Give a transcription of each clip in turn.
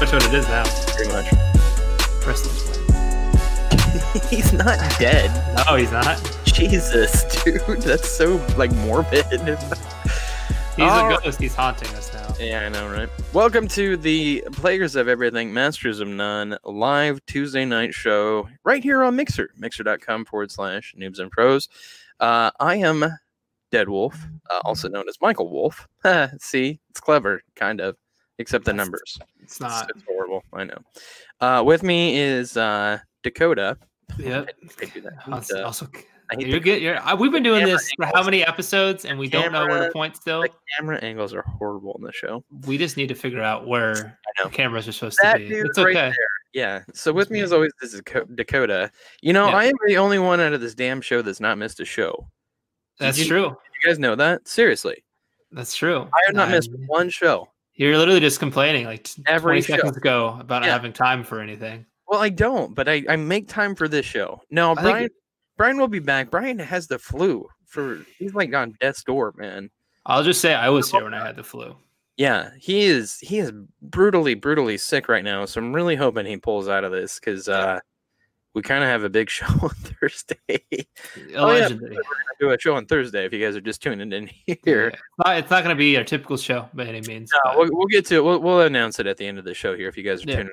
much what it is now. Pretty much. Wrestling. He's not dead. Oh, he's not. Jesus, dude, that's so like morbid. He's All a ghost. He's haunting us now. Yeah, I know, right? Welcome to the Players of Everything, Masters of None live Tuesday night show right here on Mixer, mixer.com forward slash noobs and pros. Uh, I am Dead Wolf, uh, also known as Michael Wolf. See, it's clever, kind of, except the numbers. It's not. It's horrible. I know. Uh, with me is uh, Dakota. Yep. I do that. I hate Also, the- also- Uh, I hate you're the good. You're, I- we've been doing Camera this for how angles. many episodes, and we don't know where to Camera- point still. the camera angles are horrible in the show. We just need to figure out where I know. the cameras are supposed That to be. dude It's right okay. Yeah. So with me as always, this is Co- Dakota. You know, Yeah. I am the only one out of this damn show that's not missed a show. That's You- true. You guys know that? Seriously, That's true. I have not missed Um, one show. You're literally just complaining like t- Every 20 show. seconds ago about Yeah. not having time for anything. Well, I don't, but I, I make time for this show. No, think- Brian. Brian will be back. Brian has the flu. For he's like on death's door, man. I'll just say I was here when I had the flu. Oh, Yeah, he is. He is brutally, brutally sick right now. So I'm really hoping he pulls out of this because uh, we kind of have a big show on Thursday. Allegedly. do a show on Thursday if you guys are just tuning in here. Yeah. It's not, it's not going to be our typical show by any means. No, but we'll, we'll get to it. We'll, we'll announce it at the end of the show here if you guys are Yeah. tuning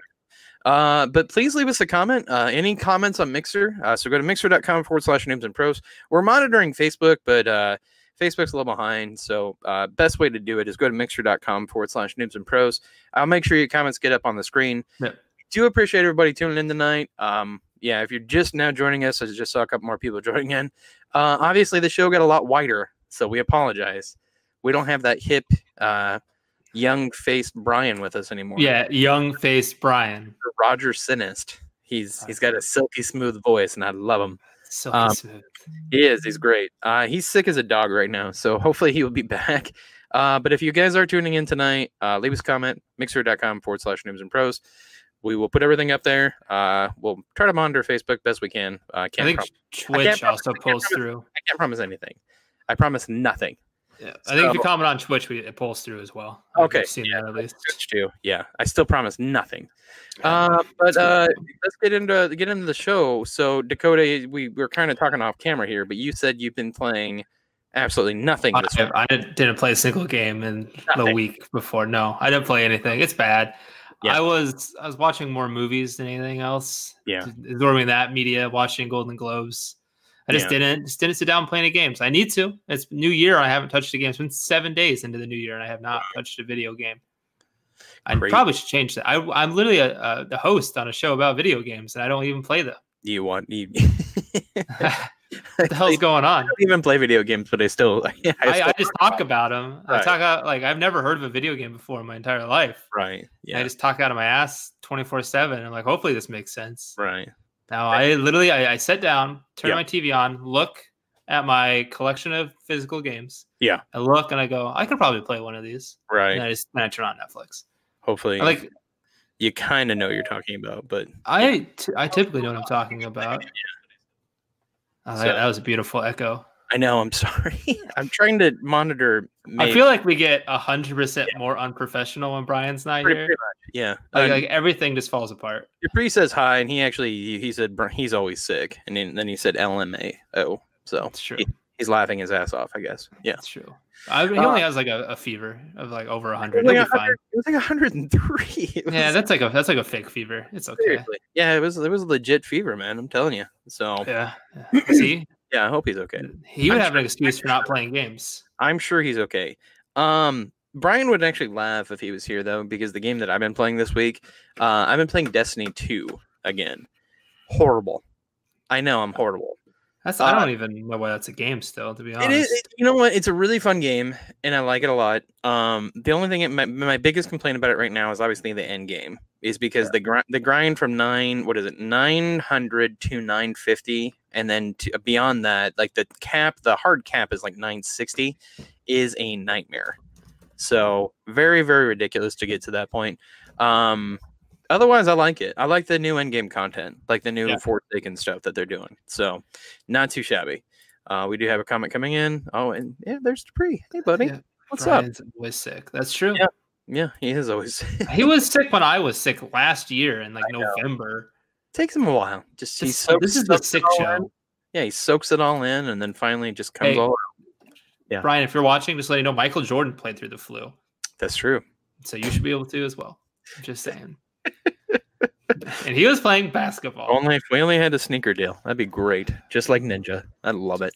in. Uh, but please leave us a comment. Uh, any comments on Mixer? Uh, so go to mixer.com forward slash noobs and pros. We're monitoring Facebook, but uh, Facebook's a little behind. So uh, best way to do it is go to mixer.com forward slash noobs and pros. I'll make sure your comments get up on the screen. Yeah. Do appreciate everybody tuning in tonight. Um, yeah, if you're just now joining us, I just saw a couple more people joining in. Uh, obviously, the show got a lot wider, so we apologize. We don't have that hip, uh, young faced Brian with us anymore. yeah, young face Brian. Roger Sinist. He's he's got a silky smooth voice, and I love him. So Um, smooth. He is. He's great. Uh, he's sick as a dog right now, so hopefully he will be back. Uh, but if you guys are tuning in tonight, uh, leave us a comment. Mixer.com forward slash noobs and pros. We will put everything up there. Uh, we'll try to monitor Facebook best we can. Uh, I can't think prom- Twitch promise- also I can't pulls promise- through. I can't promise anything. I promise nothing. Yeah. I think if you So- comment on Twitch, we, it pulls through as well. I've Okay, seen that at least. Twitch too. Yeah, I still promise nothing. Uh, but uh, let's get into get into the show. So Dakota, we we're kind of talking off camera here, but you said you've been playing absolutely nothing I, this week. I didn't play a single game in the Nothing. week before. No, I didn't play anything. It's bad. Yeah. I was I was watching more movies than anything else. Yeah. absorbing that media, watching Golden Globes. I just Yeah. didn't just didn't sit down and play any games. I need to. It's new year. I haven't touched a game. It's been seven days into the new year, and I have not touched a video game. I Crazy. probably should change that. I, I'm literally a, a the host on a show about video games, and I don't even play them. You want you? what I the hell's don't going on? even play video games, but I still I, I, still- I just talk about them. I Right. talk out like I've never heard of a video game before in my entire life. right. And Yeah, I just talk out of my ass 24 7. And like, hopefully this makes sense. right. Now I literally I, I sat down, turned Yeah. my TV on, look at my collection of physical games. Yeah. I look and I go, I could probably play one of these. Right. And I just and I turn on Netflix. Hopefully, I like you kind of know what you're talking about, but I t- I typically know what I'm talking about. Oh, that, So- that was a beautiful echo. I know. I'm sorry. I'm trying to monitor. I maybe- feel like we get hundred percent more unprofessional when Brian's not pretty, here. pretty much. Yeah. Like, Um, like everything just falls apart. Dupree says hi, and he actually he, he said "Br- he's always sick, and then, then he said LMAO. So It's true. he- he's laughing his ass off, I guess. Yeah, It's true. I, he Uh, only has like a, a fever of like over it hundred. was He'll like be fine. 100 it was like 103. It Yeah, was- that's like a that's like a fake fever. It's okay. seriously. Yeah, it was it was a legit fever, man. I'm telling you. So Yeah. yeah. See, yeah, I hope he's okay. he would I'm have an excuse for not playing games. I'm sure he's okay. Um, Brian would actually laugh if he was here though, because the game that I've been playing this week, uh, I've been playing Destiny 2 again. Horrible. I know I'm horrible. That's I Uh, don't even know why that's a game still. To be honest, It is. it- You know what? It's a really fun game, and I like it a lot. Um, the only thing, it, my, my biggest complaint about it right now is obviously the end game, is because the grind, the grind from nine, what is it, nine hundred to nine fifty, and then to, beyond that, like the cap, the hard cap is like nine sixty, is a nightmare. So very, very ridiculous to get to that point. Um, otherwise, I like it. I like the new end game content, like the new Yeah. Forsaken stuff that they're doing. So not too shabby. Uh, we do have a comment coming in. Oh, and yeah, there's Dupree. Hey, buddy. Yeah, What's up? Brian's always sick. That's true. Yeah. Yeah, he is always. he was sick when I was sick last year in like November. Takes him a while. Just he This- soaks this is the up sick all show. in. Yeah, he soaks it all in, and then finally it just comes Hey. all. Out. Yeah. Brian, if you're watching, just let you know Michael Jordan played through the flu. That's true. So you should be able to as well. I'm just saying. and he was playing basketball. Only if we only had a sneaker deal, that'd be great. Just like Ninja, I love it.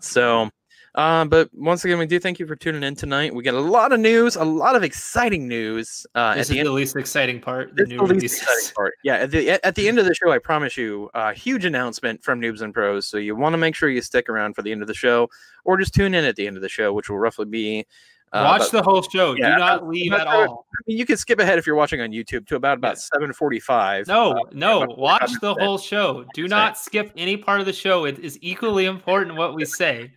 So, uh, but once again, we do thank you for tuning in tonight. We got a lot of news, a lot of exciting news. Uh, this at is the the, end, least exciting part. The this is new the least releases. exciting part. Yeah, at the at the end of the show, I promise you, a huge announcement from Noobs and Pros. So you want to make sure you stick around for the end of the show, or just tune in at the end of the show, which will roughly be. Uh, Watch about- the whole show. yeah, Do not leave at about- all. I mean, you can skip ahead if you're watching on YouTube to about about seven forty-five. No, no. about- Watch about the that. whole show. Do not skip any part of the show. It is equally important what we say.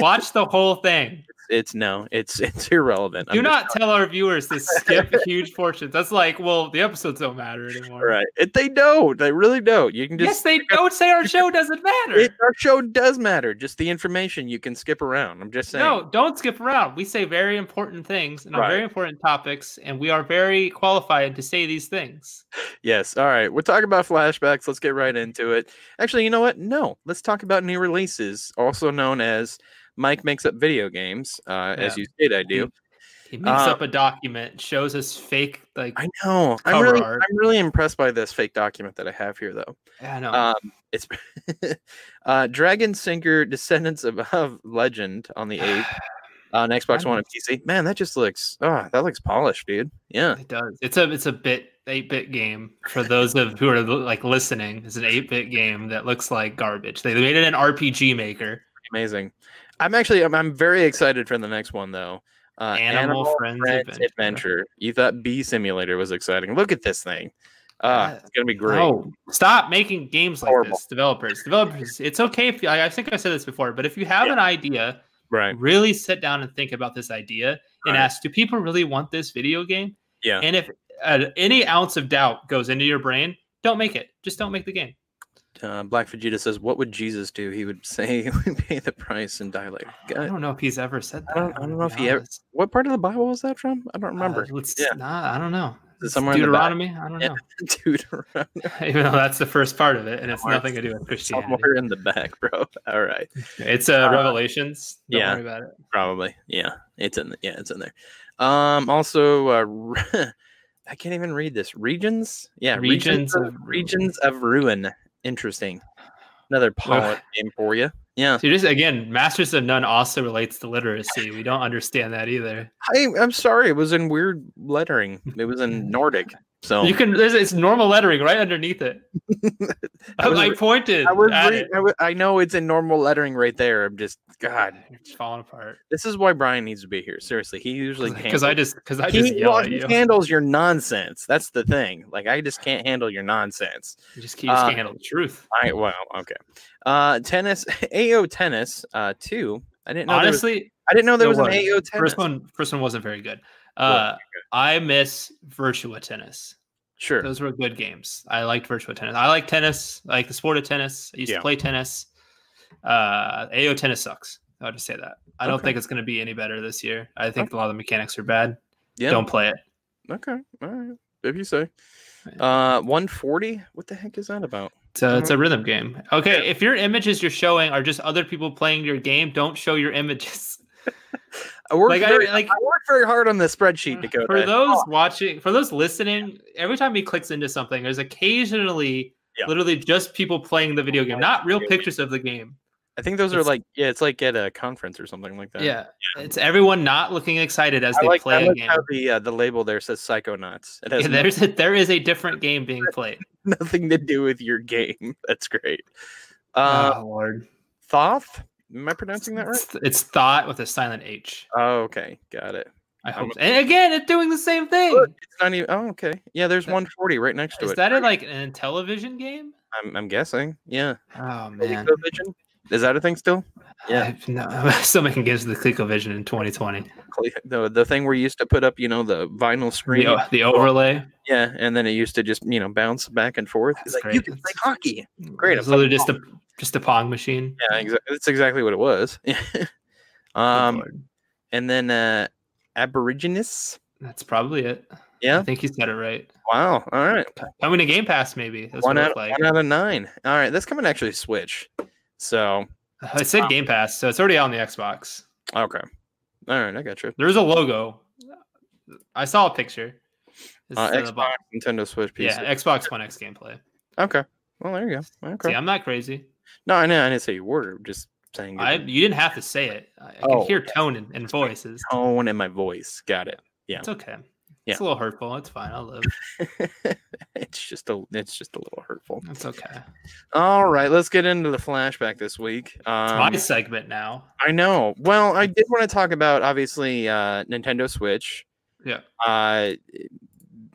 Watch the whole thing. it's no, it's it's irrelevant. Do I'm just- not tell our viewers to skip huge portions. That's like, well, the episodes don't matter anymore. Right. It, they don't. They really don't. You can yes, just. they don't say our show doesn't matter. it- our show does matter. Just the information you can skip around. I'm just saying. No, don't skip around. We say very important things and on Right. very important topics, and we are very qualified to say these things. Yes. All right. We're talking about flashbacks. Let's get right into it. Actually, you know what? No. Let's talk about new releases, also known as Mike makes up video games, uh, as you said I Mm-hmm. do. He makes Uh, up a document, shows us fake, like I, I know. I'm Cover really, art. I'm really impressed by this fake document that I have here, though. know. Um, it's uh, Dragon Sinker Descendants of, of Legend on the 8th on Xbox One and PC. Man, that just looks, oh, that looks polished, dude. Yeah. it does. It's a it's a bit eight bit game for those of who are like listening. It's an eight bit game that looks like garbage. They made it an RPG maker. amazing. I'm actually I'm, I'm very excited for the next one though. Uh, Animal Friends Adventure. Adventure. You thought Bee Simulator was exciting. Look at this thing. Uh, Yeah. it's gonna be great. No, stop making games like Horrible. this, developers. Developers, it's okay if you, I, I think I said this before, but if you have an idea Right. really sit down and think about this idea and Right. ask do people really want this video game Yeah. and if uh, any ounce of doubt goes into your brain don't make it just don't make the game Uh, Black Vegeta says, "What would Jesus do? He would say, he would pay the price and die later." i God, don't know if he's ever said uh, I that don't- I I'm don't gonna know be if he ever- honest. what part of the Bible is that from? I don't remember. Uh, it's Yeah. not i don't know Is it It's somewhere in the back? deuteronomy i don't Yeah. know Dude, around even though that's the first part of it and it's Somewhere- nothing to do with christianity somewhere in the back, bro. All right. it's uh, Uh, revelations don't yeah. worry about it probably yeah it's in the, yeah it's in there um also uh, re- i can't even read this regions yeah Regions of, of Ruin. regions of ruin interesting another Well- polished name for you yeah so just again masters of none also relates to literacy we don't understand that either I, i'm sorry it was in weird lettering it was in nordic so you can there's it's normal lettering right underneath it I I, was re- pointed. I, was at re- it. I, was, I know it's in normal lettering right there i'm just god it's falling apart. this is why brian needs to be here seriously he usually Because I handles- just because I he, just yell well, at he you. handles your nonsense that's the thing like i just can't handle your nonsense You just, can't- you just uh, can't handle the truth. I well, okay. Uh tennis AO tennis uh two. I didn't know there was, Honestly, I didn't know there there was, was. an AO tennis. first one first one wasn't very good. Uh, I miss Virtua Tennis. Sure. Those were good games. I liked Virtua Tennis. I like tennis. I like the sport of tennis. I used Yeah. to play tennis. Uh, AO tennis sucks. I'll just say that. I don't Okay. think it's going to be any better this year. I think a lot of the mechanics are bad. yeah. Don't play it. Okay. All right. If you say. Uh 140? What the heck is that about? It's a, Mm-hmm. it's a rhythm game. Okay, if your images you're showing are just other people playing your game, don't show your images. I worked, Like I Mm, very, I, like worked very hard on this spreadsheet to go for those Oh. watching, for those listening, every time he clicks into something, there's occasionally Yeah. literally just people playing the video game, not real pictures of the game. I think those are it's- like yeah, it's like at a conference or something like that. Yeah, it's everyone not looking excited as I they like, I play a like game. how the uh, the label there says Psychonauts. It has Yeah, there's a, there is a different game being played. nothing to do with your game. That's great. Uh, oh Lord, Thoth? Am I pronouncing that right? it's, it's thought with a silent H. Oh, okay. Got it. I I'm hope. And again, it's doing the same thing. Look, It's not even. Oh, okay. Yeah, there's That- 140 right next to Is it. that in like an television game? I'm, I'm guessing. Yeah. Oh man. ColecoVision? Is that a thing still? Yeah. I- no, I'm still making games with the ColecoVision in 2020. Cle- The the thing where you used to put up, you know, the vinyl screen. The, the overlay. Yeah, and then it used to just, you know, bounce back and forth. It's That's like you great. can play hockey. Great, Great. I'm It's literally just a just a Pong machine. Yeah, exactly. That's exactly what it was. Good um, lord. and then uh, Aborigines. That's probably it. Yeah. I think you said it right. Wow. All right. Coming to Game Pass, maybe. That's what One it out, looked like. one out of nine. All right. That's coming to actually Switch. So, I said Game Pass, so it's already on the Xbox. okay. All right. I got you. There is a logo. I saw a picture. It's Uh, in the Xbox, box. Nintendo Switch, PC. yeah, Xbox One X gameplay. Okay. Well, there you go. Okay. See, I'm not crazy. No, I know. I didn't say you were. I'm Just saying. I you didn't have to say it. I, I Oh, can hear tone and, and voices. tone and my voice. Got it. It's okay. Yeah. It's a little hurtful. It's fine. I'll live. it's just a. It's just a little hurtful. It's okay. All right. Let's get into the flashback this week. It's Um, my segment now. I know. Well, I did want to talk about obviously uh, Nintendo Switch. Yeah. Uh,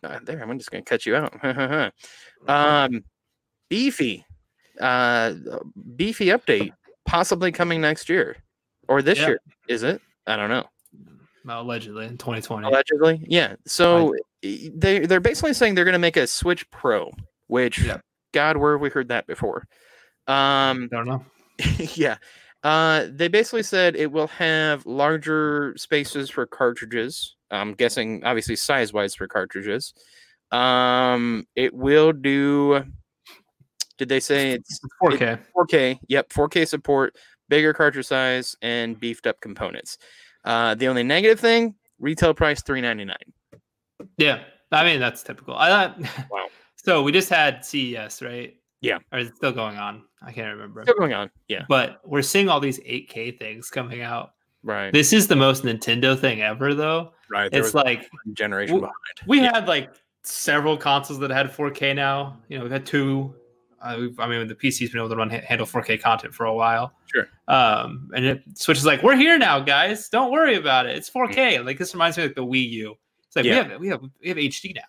uh, there, I'm just gonna cut you out. um, beefy, uh, beefy update possibly coming next year or this Yeah. year. Is it? I don't know. Well, allegedly in 2020. Allegedly, yeah. So i- they they're basically saying they're gonna make a Switch Pro, which Yeah. God, where have we heard that before? Um, I don't know. yeah. Uh, they basically said it will have larger spaces for cartridges. I'm guessing, obviously, size wise for cartridges. Um, it will do. Did they say it's It's 4K. 4K? Yep, 4K support, bigger cartridge size, and beefed up components. Uh, the only negative thing, retail price 3.99. Yeah. I mean, that's typical. I thought. Wow. so we just had CES, right? Yeah. Or is it still going on? I can't remember. Still going on. Yeah, But we're seeing all these 8K things coming out. right, This is the most Nintendo thing ever, though. right. There It's was like a generation w- we had like several consoles that had 4K now. You know, we've had two. Uh, we've, I mean, the PC's been able to run handle 4K content for a while. Sure. Um, and it Switch is like, we're here now, guys. Don't worry about it. It's 4K. Like this reminds me of like the Wii U. It's like Yeah. we have we have we have HD now.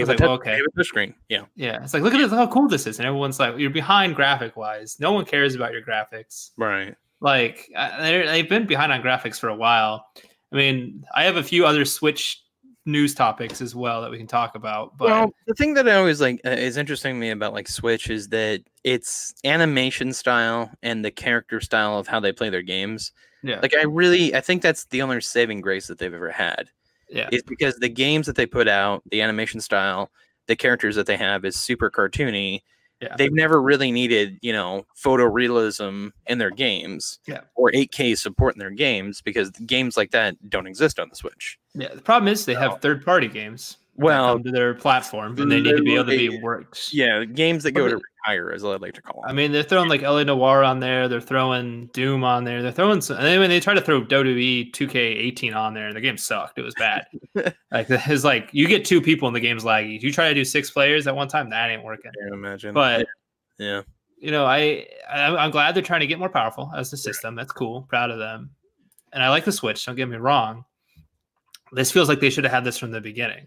I was have, a like, touch, well, okay. we have a touchscreen. Yeah, Yeah. It's like look at this, look how cool this is, and everyone's like, you're behind graphic wise. No one cares about your graphics. right. Like uh, they're- they've been behind on graphics for a while. I mean, I have a few other Switch news topics as well that we can talk about, but. well, the thing that I always like uh, is interesting to me about like Switch is that it's animation style and the character style of how they play their games. Yeah. Like I really, I think that's the only saving grace that they've ever had yeah. is because the games that they put out, the animation style, the characters that they have is super cartoony. Yeah. They've never really needed, you know, photorealism in their games Yeah. or 8K support in their games because games like that don't exist on the Switch. Yeah, the problem is they So- have third party games. that Well, come to their platform, and they need to be able to be literally- worked. Yeah, games that go Well, to retire is what I like to call them. I mean, they're throwing like LA Noir on there. They're throwing Doom on there. They're throwing some. And then when they try to throw E WWE 2K18 on there, and the game sucked. It was bad. like it's like you get two people and the game's laggy. You try to do six players at one time, that ain't working. I can imagine. But yeah, you know, I I'm I'm glad they're trying to get more powerful as a system. That's cool. Proud of them. And I like the Switch. Don't get me wrong. This feels like they should have had this from the beginning.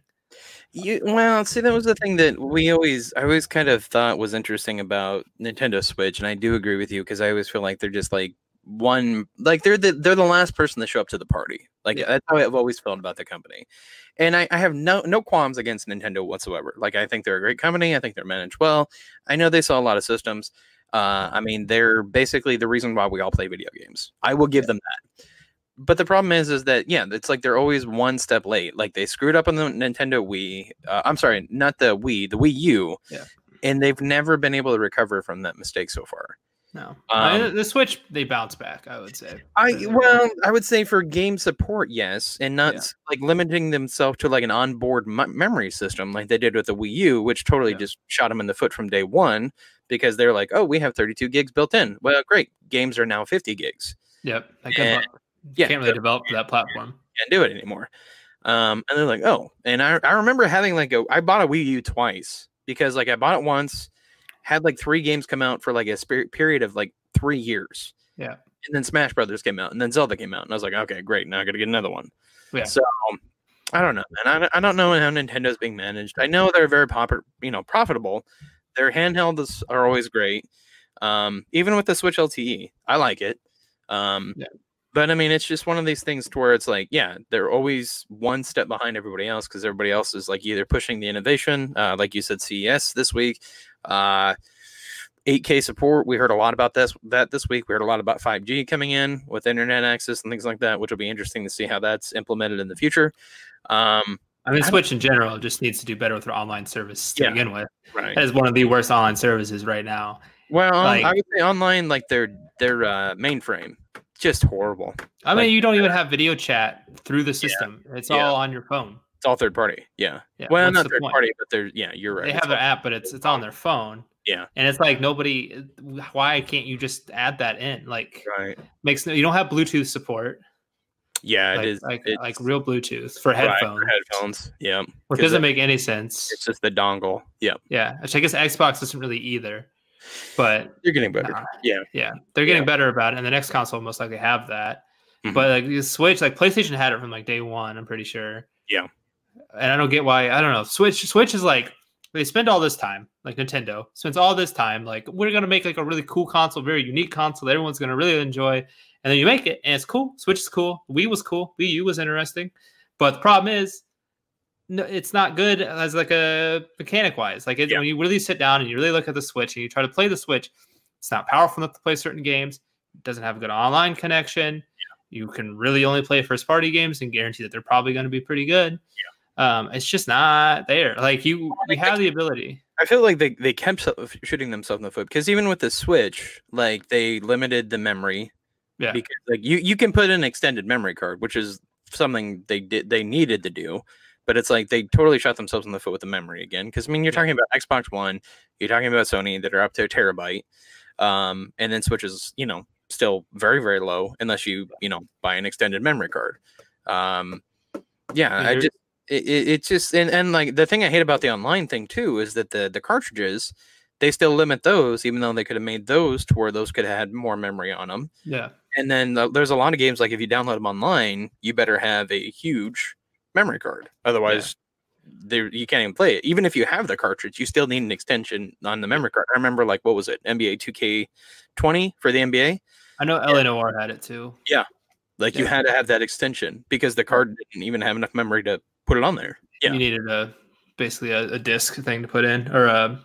you well see that was the thing that we always I always kind of thought was interesting about Nintendo Switch, and I do agree with you because I always feel like they're just like one like they're the they're the last person to show up to the party. Like Yeah. that's how I've always felt about the company, and I, I have no no qualms against Nintendo whatsoever. Like I think they're a great company. I think they're managed well. I know they sell a lot of systems. Uh, I mean, they're basically the reason why we all play video games. I will give them that. But the problem is, is that yeah, it's like they're always one step late. Like they screwed up on the Nintendo Wii. Uh, I'm sorry, not the Wii, the Wii U. Yeah. And they've never been able to recover from that mistake so far. No, I mean, Um, the Switch they bounce back. I would say. I Yeah. well, I would say for game support, yes, and not Mm-hmm. Yeah. s- like limiting themselves to like an onboard m- memory system like they did with the Wii U, which totally Yeah. just shot them in the foot from day one because they're like, oh, we have 32 gigs built in. Well, great, games are now 50 gigs. Yep. Like Yeah. good luck. Yeah, Can't really develop for that platform. can't do it anymore. Um, and they're like, oh, and I, I remember having like a, I bought a Wii U twice because like I bought it once, had like three games come out for like a sper- period of like three years. Yeah. And then Smash Brothers came out and then Zelda came out. And I was like, okay, great. Now I got to get another one. Yeah. So um, I don't know, man. I, don't- I don't know how Nintendo's being managed. I know they're very popular, you know, profitable. Their handhelds are always great. Um, even with the Switch LTE, I like it. Um, Yeah. but I mean, it's just one of these things to where it's like, yeah, they're always one step behind everybody else because everybody else is like either pushing the innovation, uh, like you said, CES this week, uh, 8K support. We heard a lot about this that this week. We heard a lot about 5G coming in with internet access and things like that, which will be interesting to see how that's implemented in the future. Um, I mean, Switch in general just needs to do better with their online service to Yeah. begin with. Right. That is one of the worst online services right now. Well, Like- I would say online, like their their uh, mainframe, just horrible. I mean, Like- you don't even have video chat through the system. It's Yeah. all on your phone. It's all third party. Yeah. Yeah, well, what's not the third point? party, but they're yeah. You're right. They It's have their app, but it's it's on their phone. Yeah. and it's like nobody. Why can't you just add that in? Like, all right. makes no. You don't have Bluetooth support. Yeah, Like it is. like, it's- like real Bluetooth for right, headphones, for headphones. Yeah. which 'cause doesn't it- make any sense. It's just the dongle. Yeah. Yeah, which I guess Xbox isn't really either, but You're getting better. Nah. Yeah. Yeah, they're getting Yeah. better about it, and the next console will most likely have that. Mhm. But like the Switch, like PlayStation had it from like day one, I'm pretty sure. Yeah. And I don't get why. I don't know. Switch Switch is like they spend all this time, like Nintendo spends all this time, like we're gonna make like a really cool console, very unique console that everyone's gonna really enjoy, and then you make it, and it's cool. Switch is cool. Wii was cool. Wii U was interesting, but the problem is. No, it's not good as like a mechanic wise. Like it, Yeah. when you really sit down and you really look at the Switch and you try to play the Switch, it's not powerful enough to play certain games. It doesn't have a good online connection. You can really only play first party games and guarantee that they're probably going to be pretty good. Um, it's just not there. Like you, you think have the ability. I feel like they, they kept so- shooting themselves in the foot because even with the Switch, like they limited the memory. Yeah. Because like you, you can put in an extended memory card, which is something they did they needed to do, but it's like they totally shot themselves in the foot with the memory again. Because I mean, you're talking about Xbox One, you're talking about Sony that are up to a terabyte, um, and then Switch is you know still very very low unless you you know buy an extended memory card. Um, yeah, Yeah, I there- just it, it, it's just and, and like the thing I hate about the online thing too is that the the cartridges they still limit those even though they could have made those to where those could have had more memory on them. Yeah. And then uh, there's a lot of games like if you download them online, you better have a huge memory card, otherwise. They, you can't even play it. Even if you have the cartridge, you still need an extension on the memory card. I remember, like, what was it? NBA 2K20 for the NBA. I know Eleanor had it too. Like, you Yeah. had to have that extension because the card didn't even have enough memory to put it on there. Yeah. You needed a basically a, a disc thing to put in or a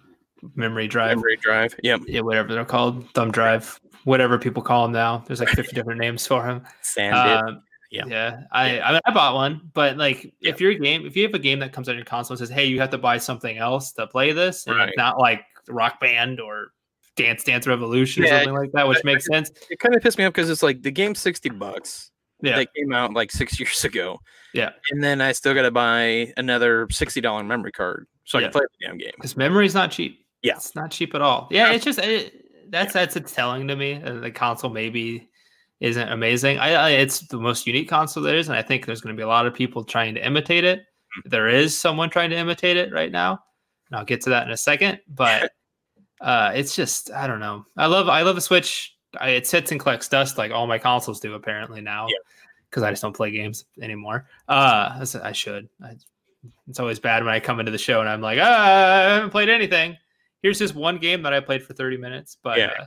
memory drive, Memory drive. Yep. yeah, whatever they're called, thumb drive, whatever people call them now. There's like 50 different names for them. Sand Um, Yeah. yeah. I, I mean, I bought one, but like, if your game, if you have a game that comes on your console and says, "Hey, you have to buy something else to play this," and Right. it's not like Rock Band or Dance Dance Revolution Yeah, or something like that, which that- makes sense. it. It kind of pissed me off because it's like the game's 60 bucks. Yeah, that came out like six years ago. Yeah. And then I still got to buy another $60 memory card so I Yeah. can play the damn game. because memory's not cheap. Yeah. it's not cheap at all. Yeah, it's just it, that's that's it's telling to me. And the console maybe isn't amazing. I, I it's the most unique console there is, and I think there's going to be a lot of people trying to imitate it. There is someone trying to imitate it right now, and I'll get to that in a second. But uh, it's just I don't know. I love I love the Switch. I, it sits and collects dust like all my consoles do apparently now, Yeah. because I just don't play games anymore. Uh, I s- I should. I, it's always bad when I come into the show and I'm like, ah, I haven't played anything. Here's this one game that I played for 30 minutes, but Yeah. uh,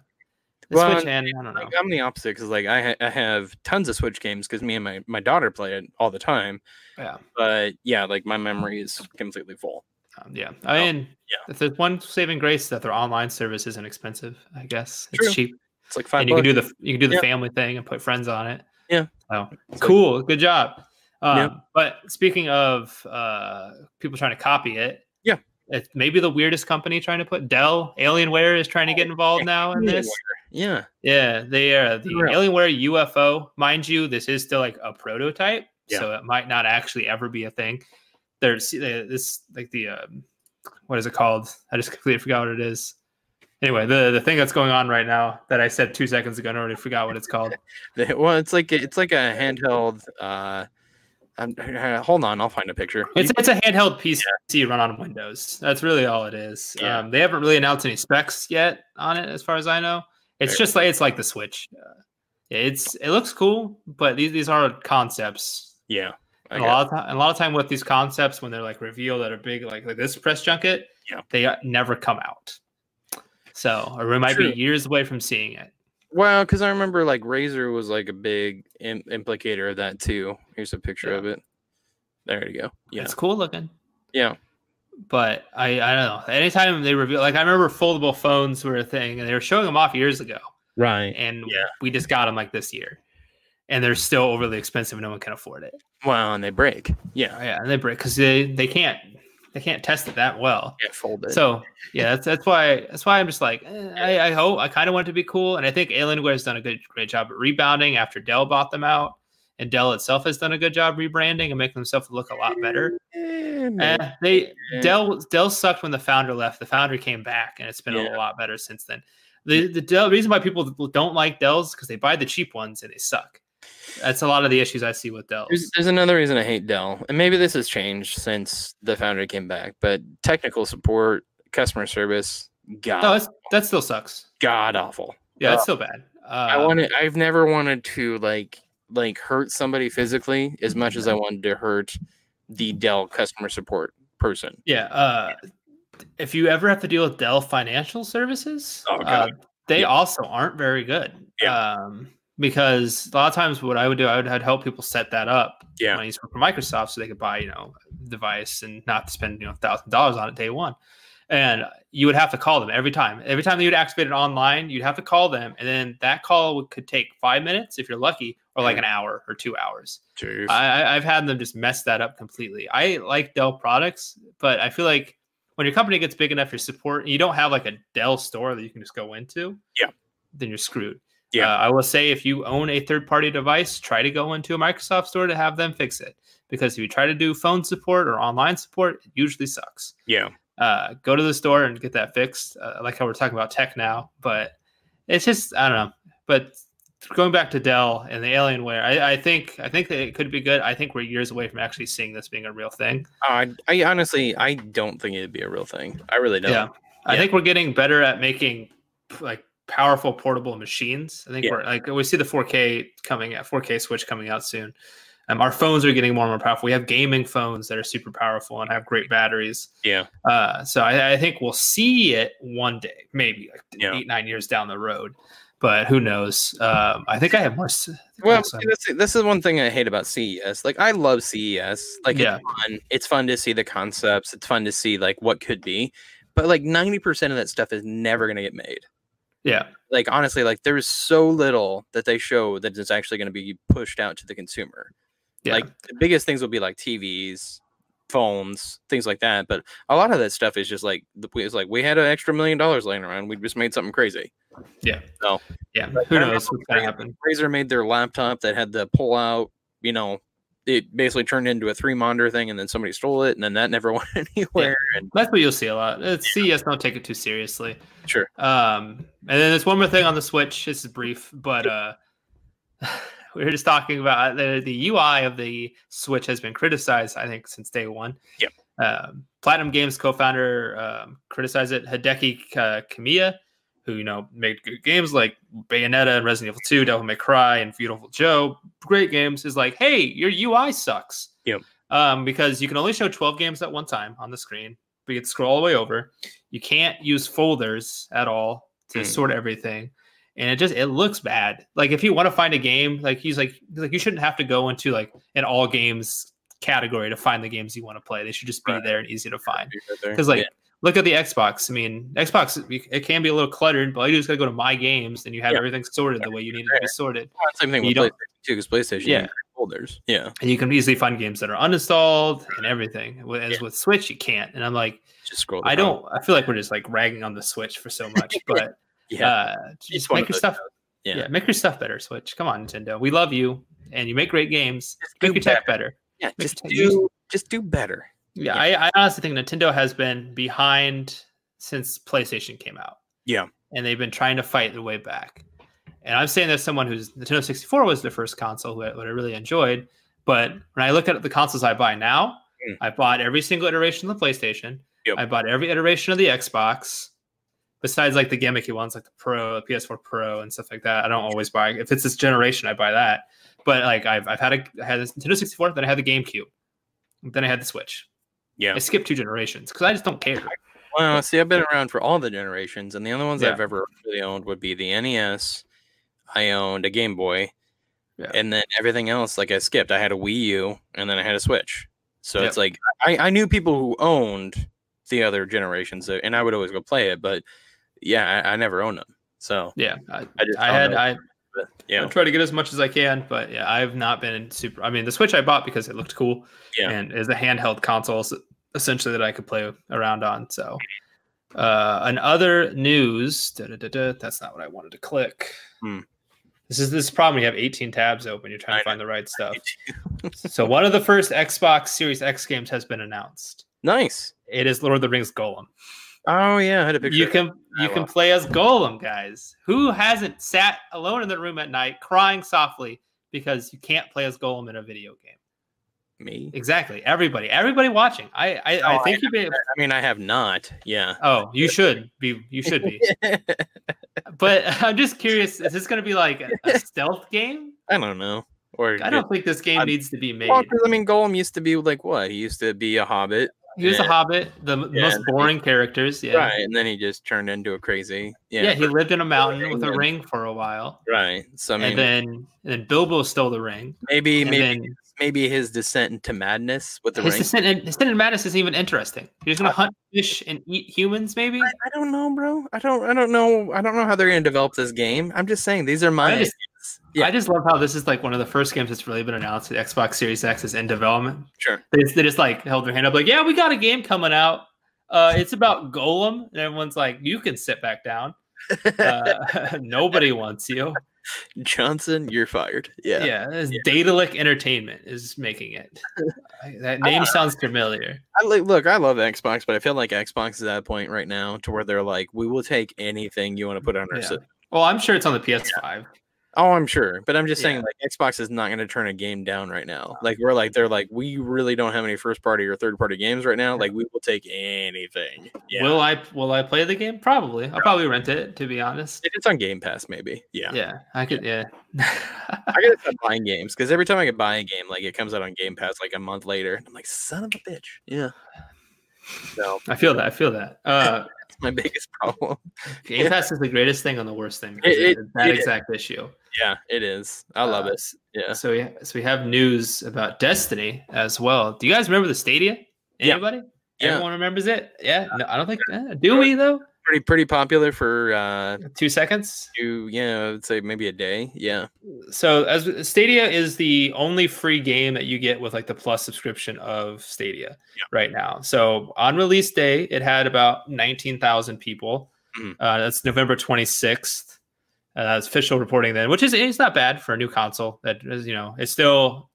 the Well, Switch and I don't know. Like, I'm the opposite because like I, ha- I have tons of Switch games because me and my, my daughter play it all the time. Yeah. But yeah, like my memory is completely full. Um, yeah, I mean, yeah. if there's one saving grace that their online service isn't expensive, I guess it's True. cheap, It's like five and you can bucks. do the you can do the Yeah. family thing and put friends on it. Yeah. So It's like- cool, good job. Um, Yeah. But speaking of uh, people trying to copy it, Yeah. it's maybe the weirdest company trying to put Dell Alienware is trying to get involved now in this. Yeah. Yeah, they are the Unreal. Alienware UFO. Mind you, this is still like a prototype, Yeah. so it might not actually ever be a thing. There's uh, this like the um, what is it called? I just completely forgot what it is. Anyway, the the thing that's going on right now that I said two seconds ago, and I already forgot what it's called. The- Well, it's like it's like a handheld. Uh, I'm, uh, hold on, I'll find a picture. It's it's a handheld PC run on Windows. That's really all it is. Yeah. Um, they haven't really announced any specs yet on it, as far as I know. It's Fair. just like it's like the Switch. Uh, it's it looks cool, but these these are concepts. yeah. I And a Oh, got- lot of time, a lot of time with these concepts when they're like revealed that are big, like like this press junket, Yeah. they uh, never come out. So, or we might True. be years away from seeing it. Well, because I remember like Razor was like a big Im- implicator of that too. Here's a picture Yeah. of it. There you go. Yeah. It's cool looking, yeah. but I I don't know. Anytime they reveal, like I remember foldable phones were a thing, and they were showing them off years ago, Right. and Yeah. we just got them like this year. and they're still overly expensive and no one can afford it. Oh, Well, and they break. Yeah. Yeah, and they break because they, they can't they can't test it that well. Can't fold it. So yeah, that's that's why that's why I'm just like eh, I, I hope I kind of want it to be cool, and I think Alienware has done a good great job at rebounding after Dell bought them out, and Dell itself has done a good job rebranding and making themselves look a lot better. Eh, And maybe. they Yeah. Dell Dell sucked when the founder left. The founder came back, and it's been Yeah. a lot better since then. The the Dell reason why people don't like Dells because they buy the cheap ones and they suck. That's a lot of the issues I see with There's, Dells. there's another reason I hate Dell, and maybe this has changed since the founder came back. But technical support, customer service, god, No, that's, that still sucks. god awful. Yeah, it's Uh, still bad. Uh, I want to. I've never wanted to like like hurt somebody physically as much as I Mm-hmm. wanted to hurt the Dell customer support person. Yeah. Uh, if you ever have to deal with Dell Financial Services, Oh, uh, God. they Yeah. also aren't very good. Yeah. Um, because a lot of times, what I would do, I would I'd help people set that up Yeah. when I used to work for Microsoft, so they could buy you know a device and not spend you know thousand dollars on it day one. And you would have to call them every time. Every time that you'd activate it online, you'd have to call them, and then that call would, could take five minutes if you're lucky, or like Mhm. an hour or two hours. Jeez. I, I- I've had them just mess that up completely. I like Dell products, but I feel like when your company gets big enough, your support, you don't have like a Dell store that you can just go into. Yeah. Then you're screwed. Yeah. Uh, I will say if you own a third party device, try to go into a Microsoft store to have them fix it. Because if you try to do phone support or online support, it usually sucks. yeah. Uh, go to the store and get that fixed. Uh, I like how we're talking about tech now, but it's just I don't know. But going back to Dell and the Alienware, I, I think I think that it could be good. I think we're years away from actually seeing this being a real thing. I, I honestly I don't think it'd be a real thing. I really don't. Yeah, I Yeah. think we're getting better at making like powerful portable machines. I think Yeah. we're like we see the 4K coming out, 4K Switch coming out soon. Um, our phones are getting more and more powerful. We have gaming phones that are super powerful and have great batteries. Yeah. Uh, so I, I think we'll see it one day, maybe like Yeah. eight nine years down the road, but who knows? Um, I think I have more. s- I think I Well, have some- see, this, this is one thing I hate about CES. Like, I love CES. Like, Yeah. it's fun. It's fun to see the concepts. It's fun to see like what could be. But like ninety percent of that stuff is never gonna get made. yeah, Like, honestly, like there is so little that they show that is actually gonna be pushed out to the consumer. yeah. Like the biggest things will be like TVs, phones, things like that. But a lot of that stuff is just like the- it's like we had an extra million dollars laying around. We just made something crazy. Yeah, Like, who I remember knows what's gonna happen? Razer made their laptop that had the pull out, you know, it basically turned into a three monitor thing, and then somebody stole it, and then that never went anywhere. And That's what you'll see a lot. It's CES. Don't take it too seriously. sure, Um, and then there's one more thing on the Switch. This is brief, but uh, we were just talking about the, the UI of the Switch has been criticized, I think, since day one. Yep. Um, Platinum Games co-founder um, criticized it. Hideki uh, Kamiya, who you know made good games like Bayonetta and Resident Evil 2, Devil May Cry, and Beautiful Joe, great games, is like, hey, your UI sucks. Yep. Um, because you can only show 12 games at one time on the screen, but you can scroll all the way over you can't use folders at all to Mm. sort everything and it just it looks bad like if you want to find a game like he's like he's like you shouldn't have to go into like an all games category to find the games you want to play they should just be Right. there and easy to find because because like look at the xbox i mean xbox it can be a little cluttered but all you just gotta go to my games and you have Yeah. everything sorted the way you need it to be sorted same thing you with PlayStation don't- too, because PlayStation Yeah. yeah folders yeah and you can easily find games that are uninstalled and everything whereas Yeah. with switch you can't and i'm like just scroll. i down. don't i feel like we're just like ragging on the switch for so much but yeah uh, just one make of your those stuff. Yeah. Yeah. make your stuff better. Switch, come on, Nintendo. We love you, and you make great games. Just Make do your tech better. yeah make just it easy. do just do better. Yeah, I, I honestly think Nintendo has been behind since PlayStation came out. Yeah. and they've been trying to fight their way back. And I'm saying there's someone who's Nintendo 64 was their first console that I really enjoyed. But when I look at the consoles I buy now, Mm. I bought every single iteration of the PlayStation. Yep. I bought every iteration of the Xbox, besides like the gimmicky ones like the Pro, the PS4 Pro, and stuff like that. I don't always buy. If it's this generation, I buy that. But like I've, I've had a I had this Nintendo 64, then I had the GameCube, then I had the Switch. Yeah. I skipped two generations because I just don't care. Well, see, I've been around for all the generations, and the only ones Yeah. I've ever really owned would be the NES. I owned a Game Boy, Yeah. and then everything else, like I skipped. I had a Wii U, and then I had a Switch. So Yep. it's like I, I knew people who owned the other generations, uh, and I would always go play it. But yeah, I, I never owned them. So Yeah, I, I just I found had out I it. Yeah. I try to get as much as I can, but yeah, I've not been in super. I mean, the Switch I bought because it looked cool, Yeah. and is a handheld console s- essentially that I could play around on. So, uh, and other news, da, da, da, da, that's not what I wanted to click. Hmm. This is this is the problem. when You have 18 tabs open. You're trying I to find the right stuff. so, one of the first Xbox Series X games has been announced. Nice. It is Lord of the Rings Golem. Oh yeah, I had a picture. You of it. can I you can love- play as Golem, guys. Who hasn't sat alone in their room at night crying softly because you can't play as Golem in a video game? me. Exactly. Everybody, everybody watching. I I, No, I think you'd be. Oh, I mean, I have not. Yeah. Oh, you should be. You should be. I But I'm just curious. Is this going to be like a, a stealth game? don't know. Or I don't think this game I'm- needs to be made. Well, 'cause, I mean, Golem used to be like what? He used to be a hobbit, He was a yeah. hobbit, the m- Yeah, most boring characters. Yeah. right? And then he just turned into a crazy. Yeah. yeah. He lived in a mountain with a England. ring for a while, right. So I mean, and then and then Bilbo stole the ring. maybe And maybe then maybe his descent into madness with the his ring. descent, in, his descent in madness isn't even interesting. He's gonna Uh, hunt fish and eat humans, maybe. I, I don't know, bro. I don't. I don't know. I don't know how they're going to develop this game. I'm just saying these are my. just- ideas. yeah, I just love how this is like one of the first games that's really been announced. The Xbox Series X is in development. sure. They just, they just like held their hand up, like, "Yeah, we got a game coming out. Uh, it's about Golem." And everyone's like, "You can sit back down. Uh, nobody wants you." Johnson, you're fired. Yeah, Yeah. it's Datalic Entertainment is making it. that Ah. name sounds familiar. I like look. I love Xbox, but I feel like Xbox is at a point right now to where they're like, we will take anything you want to put on our Yeah. system. Well, I'm sure it's on the PS5. Oh, I'm sure, but I'm just saying Yeah. like Xbox is not going to turn a game down right now. Like we're like they're like we really don't have any first party or third party games right now. Like we will take anything. Yeah. Will I will I play the game? Probably. I'll probably rent it. To be honest. if it's on Game Pass, maybe. Yeah. Yeah, I could. Yeah, I gotta stop buying games because every time I could buy a game, like it comes out on Game Pass like a month later. and I'm like, son of a bitch. Yeah. So I feel that. I feel that. Uh, that's my biggest problem. Game Pass is the greatest thing and the worst thing. because It- it- it's that it is. exact issue. Yeah, it is. I love Uh, it. Yeah. So we so we have news about Destiny as well. Do you guys remember the Stadia? Yeah. Anybody? Yeah. Uh, Everyone remembers it. Yeah. No, I don't think. eh, do we though? Pretty pretty popular for uh Two seconds. two, yeah, I would say maybe a day. Yeah. So as Stadia is the only free game that you get with like the plus subscription of Stadia Yeah. right now. So on release day, it had about nineteen thousand people. Mhm. Uh, that's November twenty sixth. Uh, that's official reporting then, which is it's not bad for a new console. That is, you know, it's still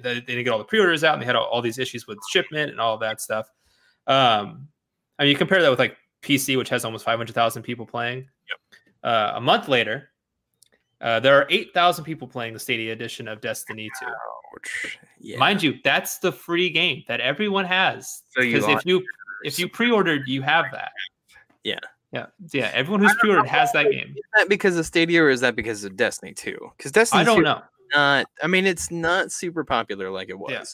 they they didn't get all the pre-orders out, and they had all, all these issues with shipment and all of that stuff. Um, I mean, you compare that with like PC, which has almost five hundred thousand people playing. Uh, a month later, uh, there are eight thousand people playing the Stadia edition of Destiny Two. Ouch. Yeah. Mind you, that's the free game that everyone has. So you Because if lost you if you pre-ordered, you have that. Yeah. yeah, yeah. Everyone who's pre-ordered has that game. is that because of Stadia or is that because of Destiny 2? Because Destiny I don't 2 know. not I mean it's not super popular like it was. Yeah.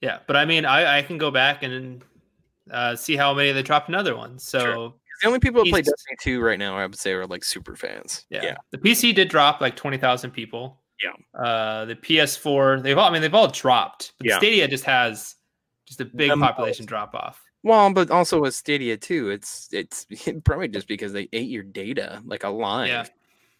Yeah, but I mean, I, I can go back and uh, see how many they dropped another one. So 'Cause The only people that play He's- Destiny 2 right now, I would say, are like super fans. yeah. the PC did drop like twenty thousand people. Yeah. uh, the PS4, they've all. I mean, they've all dropped. But Yeah. Stadia just has just a big The most. population drop off. Well, but also with Stadia too, it's it's probably just because they ate your data like alive. Yeah.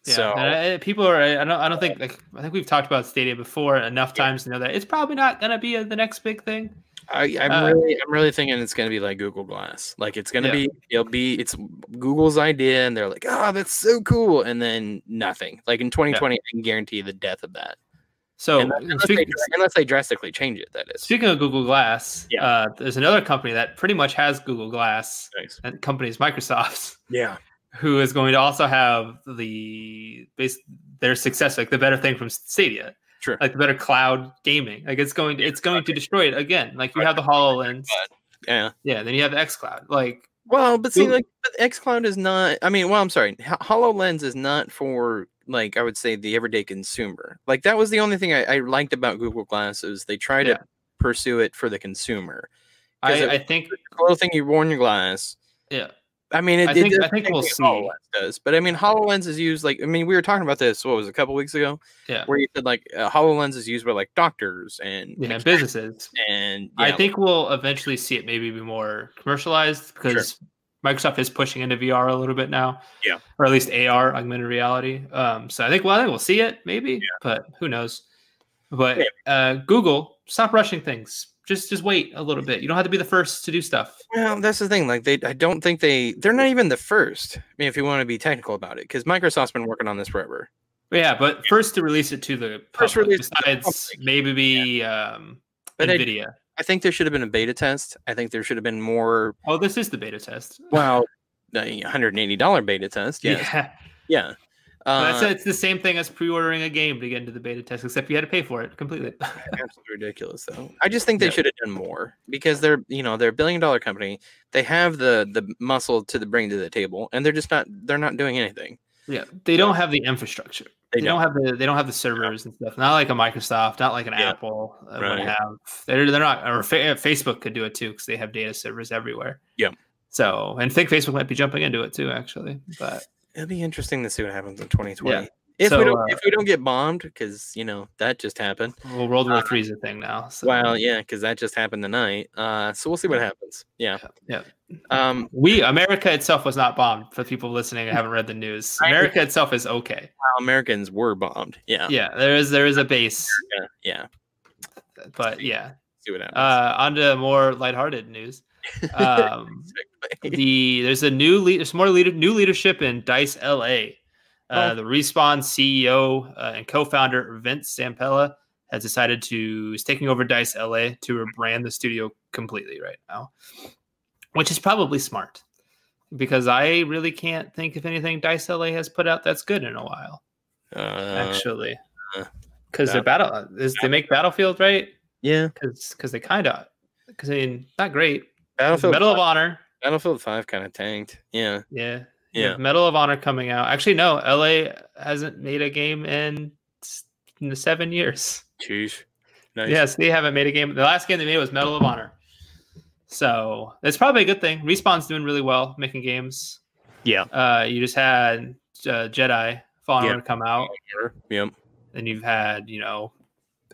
Yeah, So and, uh, people are. I don't. I don't think. Like, I think we've talked about Stadia before enough Yeah. times to know that it's probably not gonna be uh the next big thing. I, I'm uh, really I'm really thinking it's gonna be like Google Glass. Like it's gonna Yeah. be it'll be it's Google's idea, and they're like, oh, that's so cool, and then nothing. Like in 2020, I can guarantee the death of that. So unless, unless they, speak- dra- unless they drastically change it, that is. speaking of Google Glass, Yeah. uh, there's another company that pretty much has Google Glass. Nice. That company is Microsoft. Yeah. who is going to also have the base their success, like the better thing from Stadia, Sure. like the better cloud gaming. Like it's going to it's going to destroy it again. Like you have the HoloLens. Yeah. Yeah, then you have XCloud. Like Well, but see, Google- like but XCloud is not. I mean, well, I'm sorry. H- Hololens is not for like I would say the everyday consumer. Like that was the only thing I, I liked about Google Glass is they try Yeah. to pursue it for the consumer. 'Cause I, it- I think Little thing you wear in your glass. yeah. I mean, it, I it think- does I think the same we'll thing see. HoloLens does, but I mean, Hololens is used like I mean, we were talking about this. What was it, a couple weeks ago? Yeah. where you said like uh, Hololens is used by like doctors and Yeah, mechanics businesses. and I yeah, think we'll eventually see it maybe be more commercialized because Microsoft is pushing into VR a little bit now. Yeah. Or at least AR, augmented reality. Um, so I think well, I think we'll see it maybe, Yeah. but who knows? But Maybe. uh, Google, stop rushing things. Just just wait a little bit. You don't have to be the first to do stuff. Well, that's the thing. Like they, I don't think they, they're not even the first. I mean, if you want to be technical about it, because Microsoft's been working on this forever. But yeah, but first to release it to the public, First release to the besides maybe be um, But I- Nvidia. I think there should have been a beta test. I think there should have been more. oh, this is the beta test. Wow, one hundred and eighty dollar beta test. Yes. Yeah, Yeah. Well, Uh, that's it's the same thing as pre-ordering a game to get into the beta test, except you had to pay for it completely. absolutely ridiculous though i just think they Yeah. should have done more because they're you know they're a billion dollar company they have the the muscle to the bring to the table and they're just not they're not doing anything yeah, they don't have the infrastructure. they, They, don't. have the they don't have the servers and stuff. Not like a Microsoft, not like an Yeah. Apple uh, Right. would have. They're they're not. Or fa- Facebook could do it too because they have data servers everywhere. Yeah. So and I think Facebook might be jumping into it too, actually. But it'll be interesting to see what happens in 2020 Yeah. if So, we don't uh, if we don't get bombed because you know that just happened well, World War Three is a thing now. So. Uh, well yeah because that just happened tonight uh so we'll see what happens yeah Yeah. um We America itself was not bombed. For people listening who haven't read the news, I- America itself is okay. how americans were bombed yeah Yeah, there is there is a base, yeah, yeah. but yeah, see what happens uh, on to more lighthearted news. Um, the there's a new lead, there's more leader, new leadership in Dice LA. Uh, Oh. The Respawn CEO uh, and co-founder Vince Zampella has decided to is taking over Dice LA to rebrand the studio completely right now, which is probably smart because I really can't think of anything Dice LA has put out that's good in a while, uh, actually. uh, Because the battle uh, is they make Battlefield right yeah because because they kind of because I mean not great. battlefield Medal of Honor, battlefield 5 kind of tanked yeah yeah, yeah Medal of Honor coming out. Actually, no, LA hasn't made a game in, s- in seven years. Jeez. Nice. Yes, they haven't made a game. The last game they made was Medal of Honor, so it's probably a good thing. Respawn's doing really well making games. Yeah. Uh, you just had uh, Jedi Fallen Yeah. Order come out, Yep. and you've had you know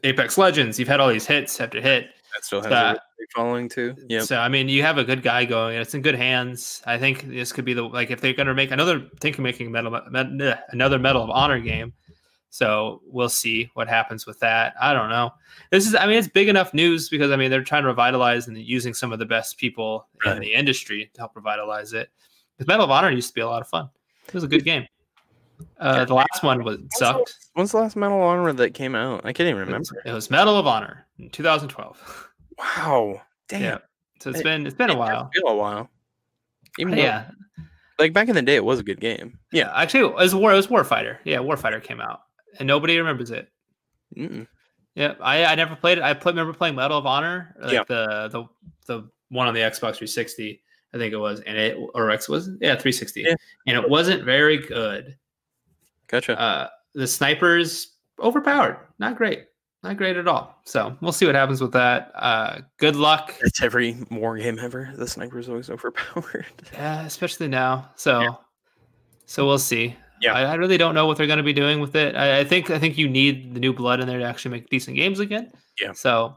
Apex Legends. You've had all these hits after hit. That still has That- a big following too. Yep. So I mean, you have a good guy going, and it's in good hands. I think this could be the like if they're going to make another thinking making medal med, eh, another Medal of Honor game. So we'll see what happens with that. I don't know. This is I mean, it's big enough news because I mean they're trying to revitalize and using some of the best people Right. in the industry to help revitalize it. Because Medal of Honor used to be a lot of fun. It was a good game. Uh, the last one was sucked. When's the last Medal of Honor that came out? I can't even It was, remember. it was Medal of Honor in 2012. Wow. Damn. Yeah. So it's It- been it's been It a does while. feel a while. Even though- Yeah, Like back in the day, it was a good game. Yeah, actually, it was War. It was Warfighter. Yeah, Warfighter came out, and nobody remembers it. Mm-mm. Yeah, I, I never played it. I pl- remember playing Medal of Honor, like Yeah. the the the one on the Xbox 360, I think it was, and it or X was yeah 360, Yeah. and it wasn't very good. Gotcha. Uh, the snipers overpowered, not great, not great at all. So we'll see what happens with that. Uh, good luck, That's every war game ever. The sniper's always overpowered. uh, especially now. So so we'll see. Yeah. I, I really don't know what they're going to be doing with it. I, I think I think you need the new blood in there to actually make decent games again. Yeah. So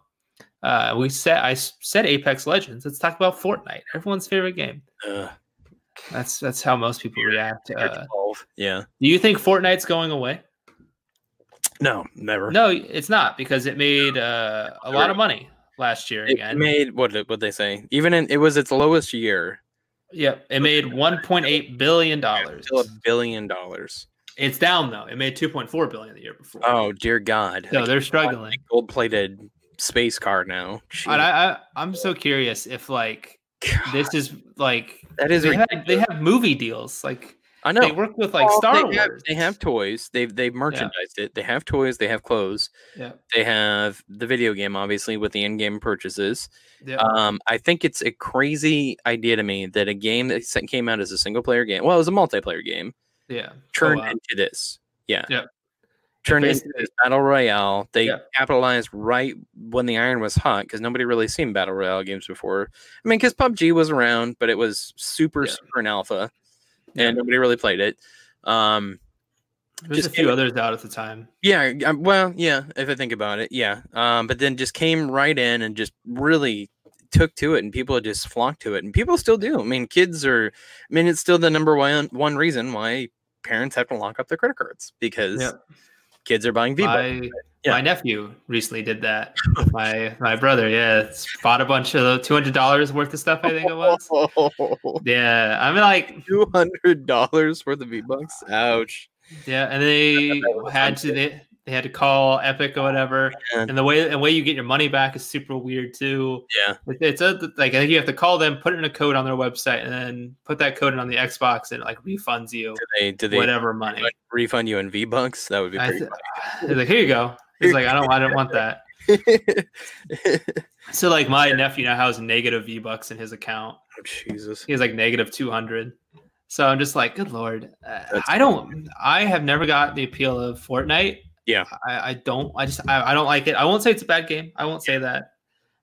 uh, we said I s- said Apex Legends. Let's talk about Fortnite, everyone's favorite game. Uh, That's that's how most people react. Uh, 12. Yeah. do you think Fortnite's going away? No, never. No, it's not because it made uh, a lot of money last year It again. made what did what they say? Even in it was its lowest year, Yep, it made 1.8 billion dollars. still a billion dollars. It's down though. It made 2.4 billion the year before. Oh dear God! so they're struggling. Gold plated space car now. And I, I I'm so curious if like Jeez. this is like that is they have, they ridiculous. have movie deals like I know. they work with like Well, Star they Wars. have, they have toys. They've they've merchandised it. They have toys. They have clothes. yeah, They have the video game, obviously, with the in-game purchases. yeah. Um, I think it's a crazy idea to me that a game that s- came out as a single-player game, well, it was a multiplayer game, yeah. Oh, turned wow. into this. Yeah. Yep. Turned into Basically- this battle royale. They Yeah. capitalized right when the iron was hot because nobody really seen battle royale games before. I mean, because PUBG was around, but it was super, Yeah. super in alpha, Yeah. and nobody really played it. Um, There's just a few gave it- others out at the time. Yeah, um, well, yeah, if I think about it, yeah. Um, but then just came right in and just really took to it and people just flocked to it and people still do. I mean, kids are I mean, it's still the number one one reason why parents have to lock up their credit cards because Yeah. kids are buying V-Bucks. My, Yeah. Oh, my nephew recently did that. my my brother, yeah, bought a bunch of two hundred dollars worth of stuff. I think it was. Yeah, I'm like, Two hundred dollars worth of V Bucks. Uh, Ouch. Yeah, and they that was Oh, had to they, they had to call Epic or whatever. Yeah. And the way the way you get your money back is super weird too. Yeah. It- It's a, like I think you have to call them, put in a code on their website, and then put that code in on the Xbox, and it like refunds you Do they do they whatever money. refund you in V Bucks? That would be I pretty. th- It's like here you go. It's like I don't I don't want that. So like my nephew now has negative V bucks in his account. Oh, Jesus. He has like negative two hundred. So I'm just like, good lord, uh, That's I don't. I have never got the appeal of Fortnite. Yeah. I, I don't. I just I, I don't like it. I won't say it's a bad game. I won't say that.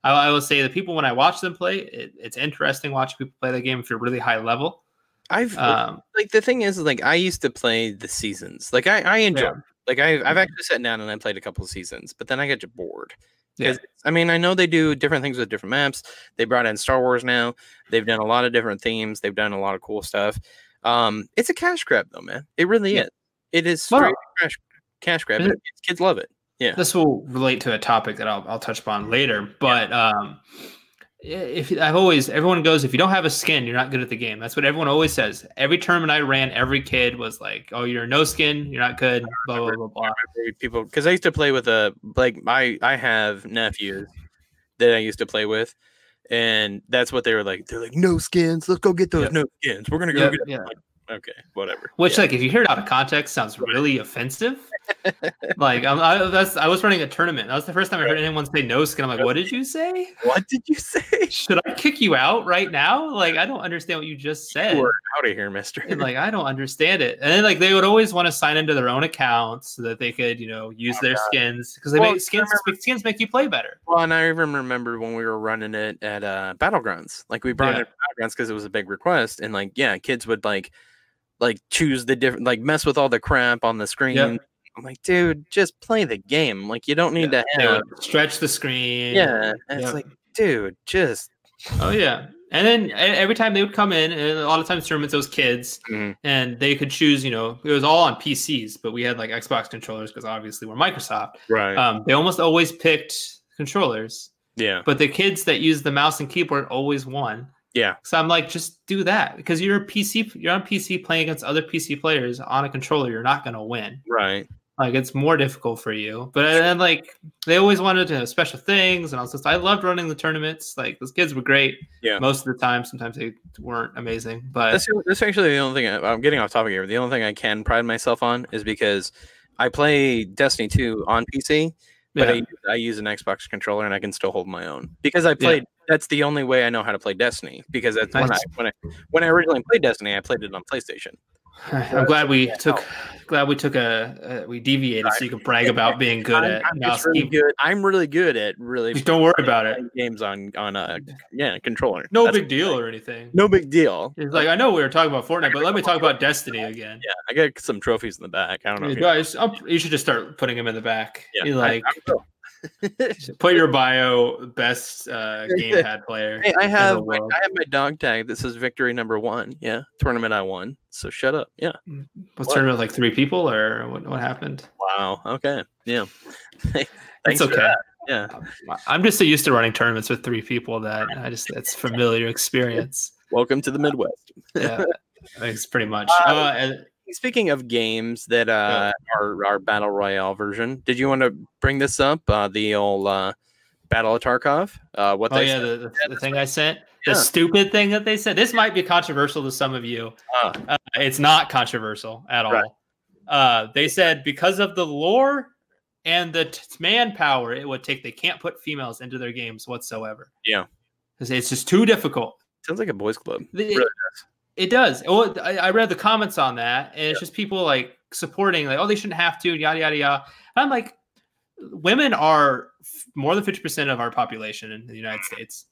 I, I will say the people when I watch them play, it, it's interesting watching people play the game if you're really high level. I've Um, like the thing is is, like I used to play the seasons. Like I I enjoy. Yeah. Mm-hmm. Like I I've actually sat down and I played a couple of seasons, but then I get bored. Yeah. 'Cause, I mean, I know they do different things with different maps. They brought in Star Wars now. They've done a lot of different themes. They've done a lot of cool stuff. Um, it's a cash grab though, man. It really Yeah. is. It is straight Well- cash cash grab. Is and kids- Kids love it. this will relate to a topic that I'll, I'll touch upon later, but um, if I've always everyone goes, if you don't have a skin, you're not good at the game. That's what everyone always says. Every tournament I ran, every kid was like, "Oh, you're no skin, you're not good." Blah blah blah blah. They- People, because I used to play with a like I I have nephews that I used to play with, and that's what they were like. They're like, no skins. Let's go get those Yep. no skins. We're gonna go Yeah, get yeah. Okay, whatever. Which, yeah. like, if you hear it out of context, sounds really offensive. like, I'm, I, that's, I was running a tournament. That was the first time I heard anyone say no skin. I'm like, what did you say? what did you say? Should I kick you out right now? Like, I don't understand what you just said. We're out of here, Mister. And, like, I don't understand it. And then, like, they would always want to sign into their own accounts so that they could, you know, use their skins because they Well, make skins. skins make you play better. well, and I even remember when we were running it at uh, Battlegrounds. Like we brought Yeah. it to Battlegrounds because it was a big request, and like yeah, kids would like like choose the different like mess with all the crap on the screen. I'm like, dude, just play the game. Like you don't need to They have. would stretch the screen. Yeah, and Yeah. it's like, dude, just Oh yeah. And then e- every time they would come in, and a lot of times tournaments, those kids, Mhm. and they could choose. You know, it was all on PCs, but we had like Xbox controllers because obviously we're Microsoft. right. Um, they almost always picked controllers, yeah, but the kids that used the mouse and keyboard always won. Yeah. So I'm like, just do that because you're a PC. You're on PC playing against other PC players on a controller. You're not gonna win. right. Like it's more difficult for you. But and like they always wanted to have special things, and I was just I loved running the tournaments. Like those kids were great. Yeah. Most of the time, sometimes they weren't amazing, but That's, that's actually the only thing I, I'm getting off topic here. but The only thing I can pride myself on is because I play Destiny 2 on PC, but yeah, I, use- I use an Xbox controller and I can still hold my own because I Yeah. played. That's the only way I know how to play Destiny because that's when I Nice. when I when I originally played Destiny, I played it on PlayStation. I'm glad we took glad we took a uh, we deviated so you can brag about being good I'm, at. I'm mouse just really keyboard. good. I'm really good at really Just don't worry about it. playing games on on a yeah controller. No That's- big deal or anything. no big deal. It's like I know we were talking about Fortnite, but let me talk about Destiny again. Yeah, I got some trophies in the back. I don't know. You if you- guys, up, you should just start putting them in the back. Yeah, You like I, I will. put your bio best uh, gamepad player. Hey, I in the have my, world. I have my dog tag that says victory number one. Yeah, tournament I won. So shut up. Yeah. Was What? turned with like three people, or what, what happened? Wow. Okay. Yeah. It's Thanks for okay. that. Yeah. I'm just so used to running tournaments with three people that I just it's familiar experience. Welcome to the Midwest. Yeah, it's pretty much. Uh, Uh, and Speaking of games that uh, are our battle royale version, did you want to bring this up? Uh, the old uh, Battle of Tarkov. Uh, what oh they yeah, said- the, the, the thing I sent, Yeah. the stupid thing that they said. This might be controversial to some of you. Ah. Uh, it's not controversial at Right. all. Uh, they said because of the lore and the t- manpower it would take, they can't put females into their games whatsoever. Yeah. 'Cause it's just too difficult. sounds like a boys' club. It, really it does. Well, I, I read the comments on that, and it's just people like supporting, like, oh, they shouldn't have to, and yada yada yada. And I'm like, women are f- more than fifty percent of our population in the United States.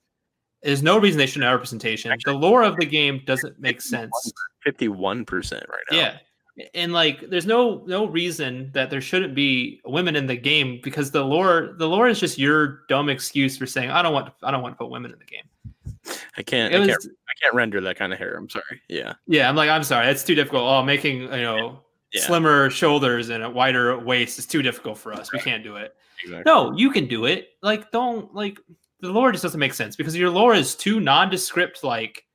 There's no reason they shouldn't have representation. The lore of the game doesn't make sense. Fifty-one percent right now. Yeah, and like there's no no reason that there shouldn't be women in the game because the lore the lore is just your dumb excuse for saying I don't want I don't want to put women in the game. I can't. It I was- can't. I can't render that kind of hair. I'm sorry. Yeah. Yeah, I'm like I'm sorry, that's too difficult. Oh, making you know Yeah. slimmer shoulders and a wider waist is too difficult for us. We can't do it. Exactly. No, you can do it. Like don't like the lore just doesn't make sense because your lore is two nondescript like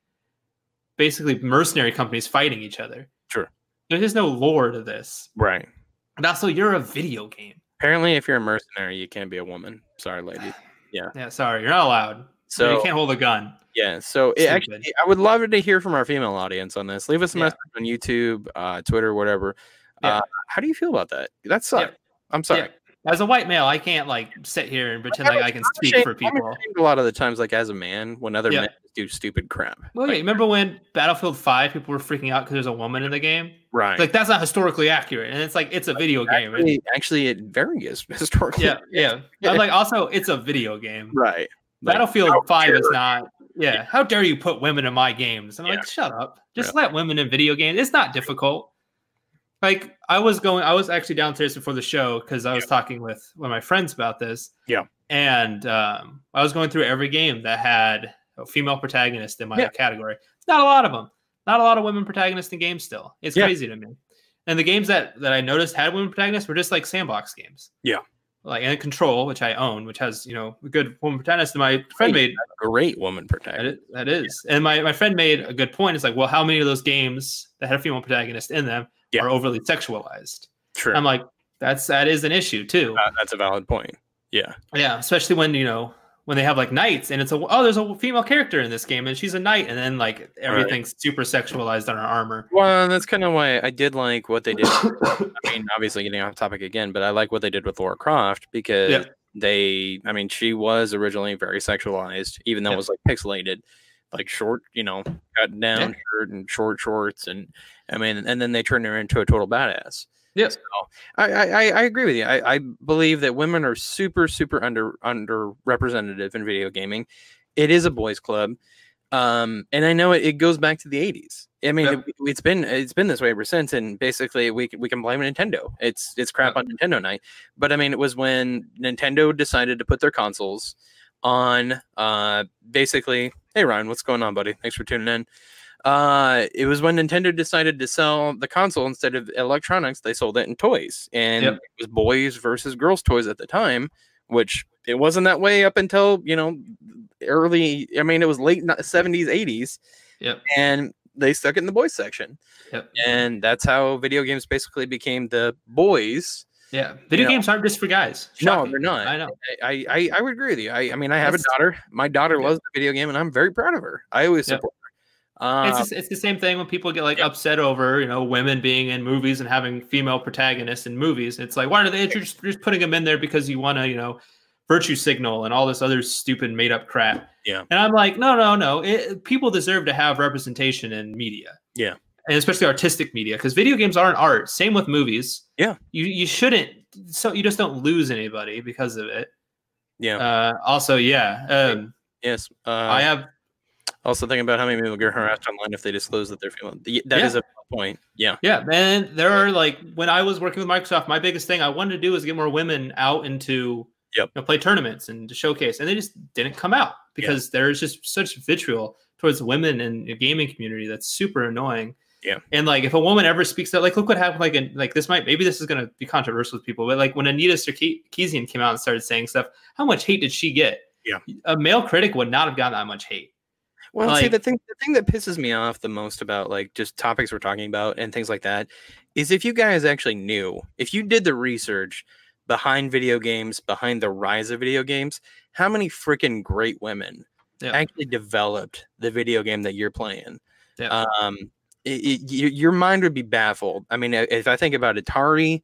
basically mercenary companies fighting each other. Sure. There is no lore to this. Right. And also you're a video game. Apparently, if you're a mercenary, you can't be a woman. Sorry, lady. Yeah, sorry, you're not allowed. So So you can't hold a gun. yeah. So it Stupid. actually, I would love to hear from our female audience on this. Leave us a Yeah. message on YouTube, uh, Twitter, whatever. Yeah. Uh, how do you feel about that? That sucked. I'm sorry. Yeah. As a white male, I can't like sit here and pretend like I can speak ashamed- for I'm people. ashamed a lot of the times, like as a man, when other Yeah. men do stupid crap. Well, yeah, Like, you remember when Battlefield 5 people were freaking out because there's a woman in the game? Right. Like that's not historically accurate. And it's like it's a video game. actually, actually, it varies historically. yeah, yeah. I'm like also it's a video game. Right. Like, Battlefield how 5 is dare- not. Yeah, how dare you put women in my games? And I'm like, shut up. Just let women in video games. It's not difficult. Like I was going I was actually downstairs before the show cuz I was talking with one of my friends about this. Yeah. And um, I was going through every game that had a female protagonist in my Yeah. category. It's not a lot of them. Not a lot of women protagonists in games still. It's Yeah. crazy to me. And the games that that I noticed had women protagonists were just like sandbox games. Yeah. Like and Control, which I own, which has you know a good woman protagonist. And my friend Hey, made Great woman that protagonist. is, that is, and my my friend made a good point. It's like, well, how many of those games that had a female protagonist in them Yeah. are overly sexualized? True. I'm like, that's that is an issue too. Uh, that's a valid point. Yeah. Yeah, especially when you know when they have like knights and it's a oh there's a female character in this game and she's a knight and then like everything's super sexualized on her armor. Well, that's kind of why I did like what they did. I mean, obviously getting off topic again, but I like what they did with Laura Croft because Yeah. they, I mean, she was originally very sexualized, even though Yeah. it was like pixelated, like short, you know, cut down shirt and short shorts. And I mean, and then they turned her into a total badass. Yeah. So I, I, I- I agree with you. I, I believe that women are super, super under underrepresentative in video gaming. It is a boys' club um and i know it, it goes back to the 80s i mean Yep. it, has been it's been this way ever since and basically we can we can blame nintendo it's it's crap on nintendo night but i mean it was when nintendo decided to put their consoles on uh basically hey ryan what's going on buddy thanks for tuning in uh it was when nintendo decided to sell the console instead of electronics they sold it in toys and Yep. it was boys versus girls toys at the time which it wasn't that way up until you know early i mean it was late ni- 70s 80s Yep. and they stuck it in the boys section Yep. and that's how video games basically became the boys Yeah, video Yeah. games aren't just for guys. no Shocking. they're not I know. I, I I would agree with you. I, I mean, I have a That's- daughter. My daughter Yeah. loves the video game, and I'm very proud of her. I always Yeah. support her. Uh, it's, just, it's the same thing when people get like yeah. upset over you know women being in movies and having female protagonists in movies. It's like why are they you're just, you're just putting them in there because you want to you know virtue signal and all this other stupid made up crap. Yeah. and I'm like no no no. It, people deserve to have representation in media. Yeah. and especially artistic media because video games aren't art. Same with movies. Yeah. you you shouldn't so you just don't lose anybody because of it. yeah. Uh, also, yeah, um, yes. Uh, I have also thinking about how many people get harassed online if they disclose that they're female. Th- That is Yeah. a point. Yeah. Yeah, man. There are like when I was working with Microsoft, my biggest thing I wanted to do was get more women out into Yep. you know, play tournaments and to showcase, and they just didn't come out because there's just such vitriol towards women in the gaming community that's super annoying. Yeah. and like if a woman ever speaks that, like look what happened, like in, like this might maybe this is gonna be controversial with people, but like when Anita Sarkeesian came out and started saying stuff, how much hate did she get? Yeah. a male critic would not have gotten that much hate. Well, see, Like- the thing the thing that pisses me off the most about like just topics we're talking about and things like that is if you guys actually knew, if you did the research behind video games, behind the rise of video games, how many freaking great women Yeah. actually developed the video game that you're playing? Yeah. Um, it, it, y- your mind would be baffled. I mean, i- if I think about Atari,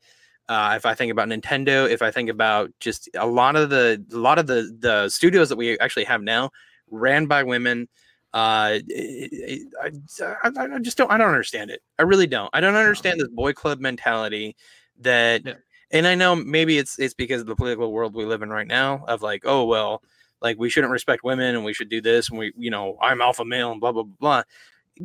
uh, if I think about Nintendo, if I think about just a lot of the a lot of the the studios that we actually have now ran by women. Uh, it- it- I, I, I just don't. I don't understand it. I really don't. I don't understand this boy club mentality that. Yeah. And I know maybe it's it's because of the political world we live in right now of like, oh well, like we shouldn't respect women and we should do this and we, you know, I'm alpha male and blah blah blah. blah.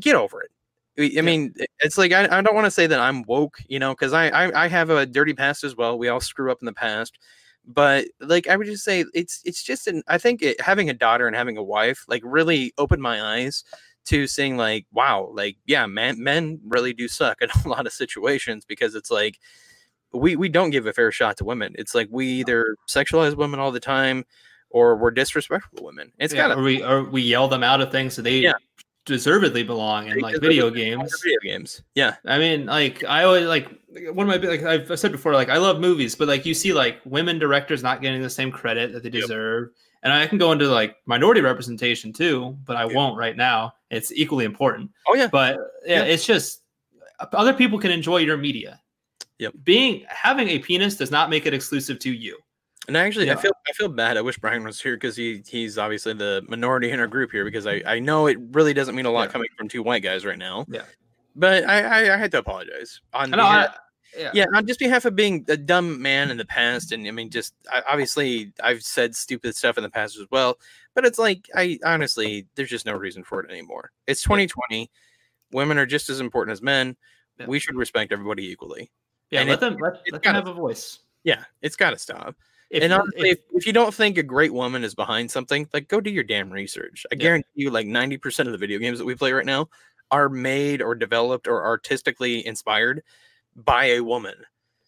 Get over it. I I mean, it's like I, I don't want to say that I'm woke, you know, because I, I I have a dirty past as well. We all screw up in the past, but like I would just say it's it's just an I think it, having a daughter and having a wife like really opened my eyes to seeing like wow like yeah man men really do suck in a lot of situations because it's like we we don't give a fair shot to women. It's like we either sexualize women all the time or we're disrespectful to women. It's yeah, kind or of we or we yell them out of things that they Yeah. deservedly belong in, like video games. Video games. Yeah. I mean, like I always like one of my like I've I've said before, like I love movies, but like you see like women directors not getting the same credit that they Yep. deserve, and I can go into like minority representation too, but I Yeah. won't right now. It's equally important, Oh yeah. but yeah, Yeah. it's just other people can enjoy your media. Yep. Being having a penis does not make it exclusive to you. And actually, Yeah. I feel I feel bad. I wish Brian was here because he he's obviously the minority in our group here because I I know it really doesn't mean a lot Yeah. coming from two white guys right now. Yeah. But I I, I had to apologize on I know. I, behalf- yeah. yeah on just behalf of being a dumb man in the past and I mean just I, obviously I've said stupid stuff in the past as well. But it's like I honestly there's just no reason for it anymore. It's 2020. Women are just as important as men. Yeah. We should respect everybody equally. Yeah, And let it- them let, it's let them gotta- have a voice. Yeah, it's got to stop. If, and you- honestly, if, if you don't think a great woman is behind something, like go do your damn research. I Yeah. guarantee you, like 90% of the video games that we play right now are made or developed or artistically inspired by a woman.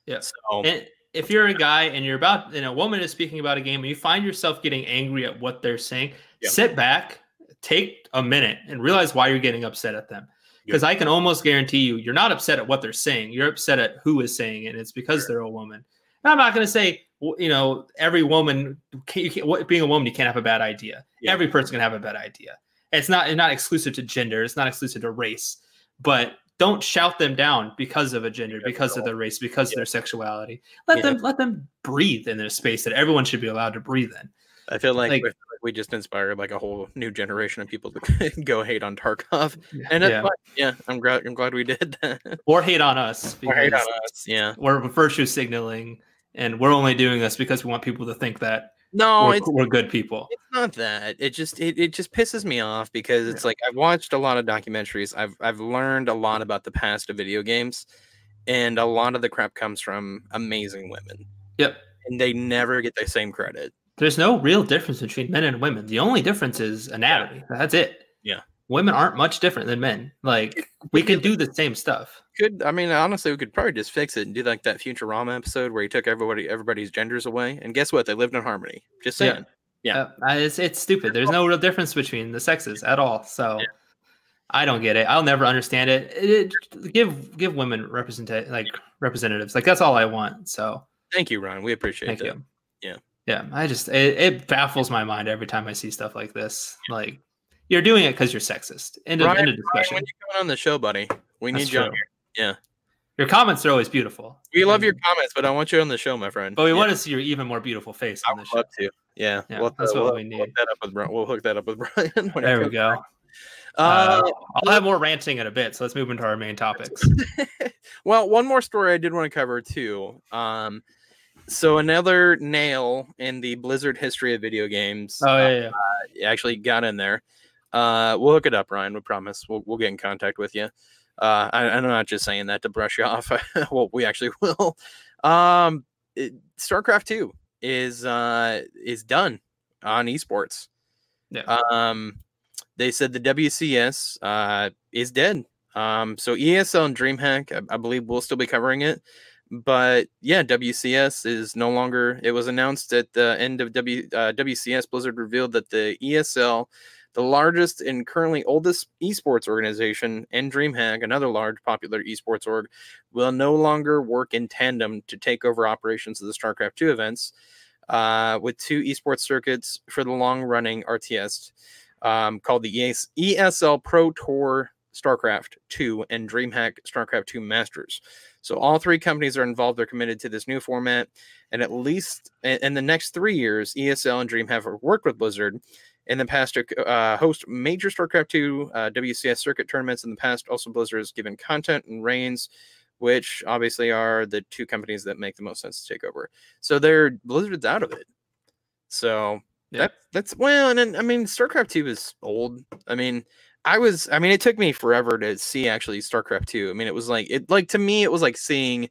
Yeah. So, And if you're a guy and you're about and a woman is speaking about a game and you find yourself getting angry at what they're saying, Yeah. sit back, take a minute and realize why you're getting upset at them. Because I can almost guarantee you you're not upset at what they're saying. You're upset at who is saying it. And it's because Sure. they're a woman. And I'm not going to say w- you know every woman can, you can't, what- being a woman you can't have a bad idea. Yeah. Every person can have a bad idea. It's not it's not exclusive to gender. It's not exclusive to race. But don't shout them down because of a gender, Because because of they're their race, because of Yeah. their sexuality let Yeah. them let them breathe in their space that everyone should be allowed to breathe in. I feel like, like- we- we just inspired like a whole new generation of people to go hate on Tarkov. And that's yeah. fine. yeah, I'm, gra- I'm glad we did that. uh, or hate on us Or hate on because us, Yeah. we're virtue signaling and we're only doing this because we want people to think that No, we're, Oh, it's we're good people. It's not that. It just it, it just pisses me off because it's like I've watched a lot of documentaries. I've I've learned a lot about the past of video games, and a lot of the crap comes from amazing women. Yep. And they never get the same credit. There's no real difference between men and women. The only difference is anatomy. That's it. Yeah. Women aren't much different than men. Like we can do the same stuff. Could I mean honestly we could probably just fix it and do like that Futurama episode where he took everybody everybody's genders away. And guess what? They lived in harmony. Just Yeah. saying. Yeah. Uh, I- it's it's stupid. There's no real difference between the sexes at all. So I don't get it. I'll never understand it. It- it- give give women represent like representatives. Like that's all I want. So Thank you, Ron. We appreciate thank that. you. Yeah. Yeah. I just it, it baffles my mind every time I see stuff like this. Like you're doing it because you're sexist. End of, Ryan, end of Ryan, discussion. when you're coming on the show, buddy, we That's need you. on true. here. yeah. Your comments are always beautiful. We love And- your comments, but I want you on the show, my friend. but we Yeah. want to see your even more beautiful face I on the would show. love to. Yeah, Yeah, we'll, that's uh, what we'll, we need. we'll hook that up with Brian. We'll hook that up with Brian. when he There we comes go. back. Uh, Uh, I'll have more ranting in a bit, so let's move into our main topics. well, one more story I did want to cover too. Um, so another nail in the Blizzard history of video games Oh yeah, yeah. uh, actually got in there. Uh, we'll hook it up, Ryan. We promise. We'll we'll get in contact with you. Uh, I, I'm not just saying that to brush you off. well, we actually will. Um, it- StarCraft Two is uh is done on esports. yeah. Um, they said the WCS uh, is dead. Um, so ESL and DreamHack, I, I believe, will still be covering it. But yeah, WCS is no longer. It was announced at the end of W uh, WCS. Blizzard revealed that the ESL, the largest and currently oldest esports organization, and DreamHack, another large popular esports org, will no longer work in tandem to take over operations of the StarCraft II events uh, with two esports circuits for the long running RTS um, called the ES- ESL Pro Tour StarCraft 2 and DreamHack StarCraft 2 Masters. So all three companies are involved. They're committed to this new format. And at least in, in the next three years, ESL and DreamHack have worked with Blizzard in the past to uh, host major StarCraft 2 uh, WCS circuit tournaments. In the past, also Blizzard has given content and reigns, which obviously are the two companies that make the most sense to take over. So they're Blizzard's out of it. So Yeah. that that's well, and then, I mean StarCraft two is old. I mean, I was I mean it took me forever to see actually StarCraft 2. I mean it was like it like to me it was like seeing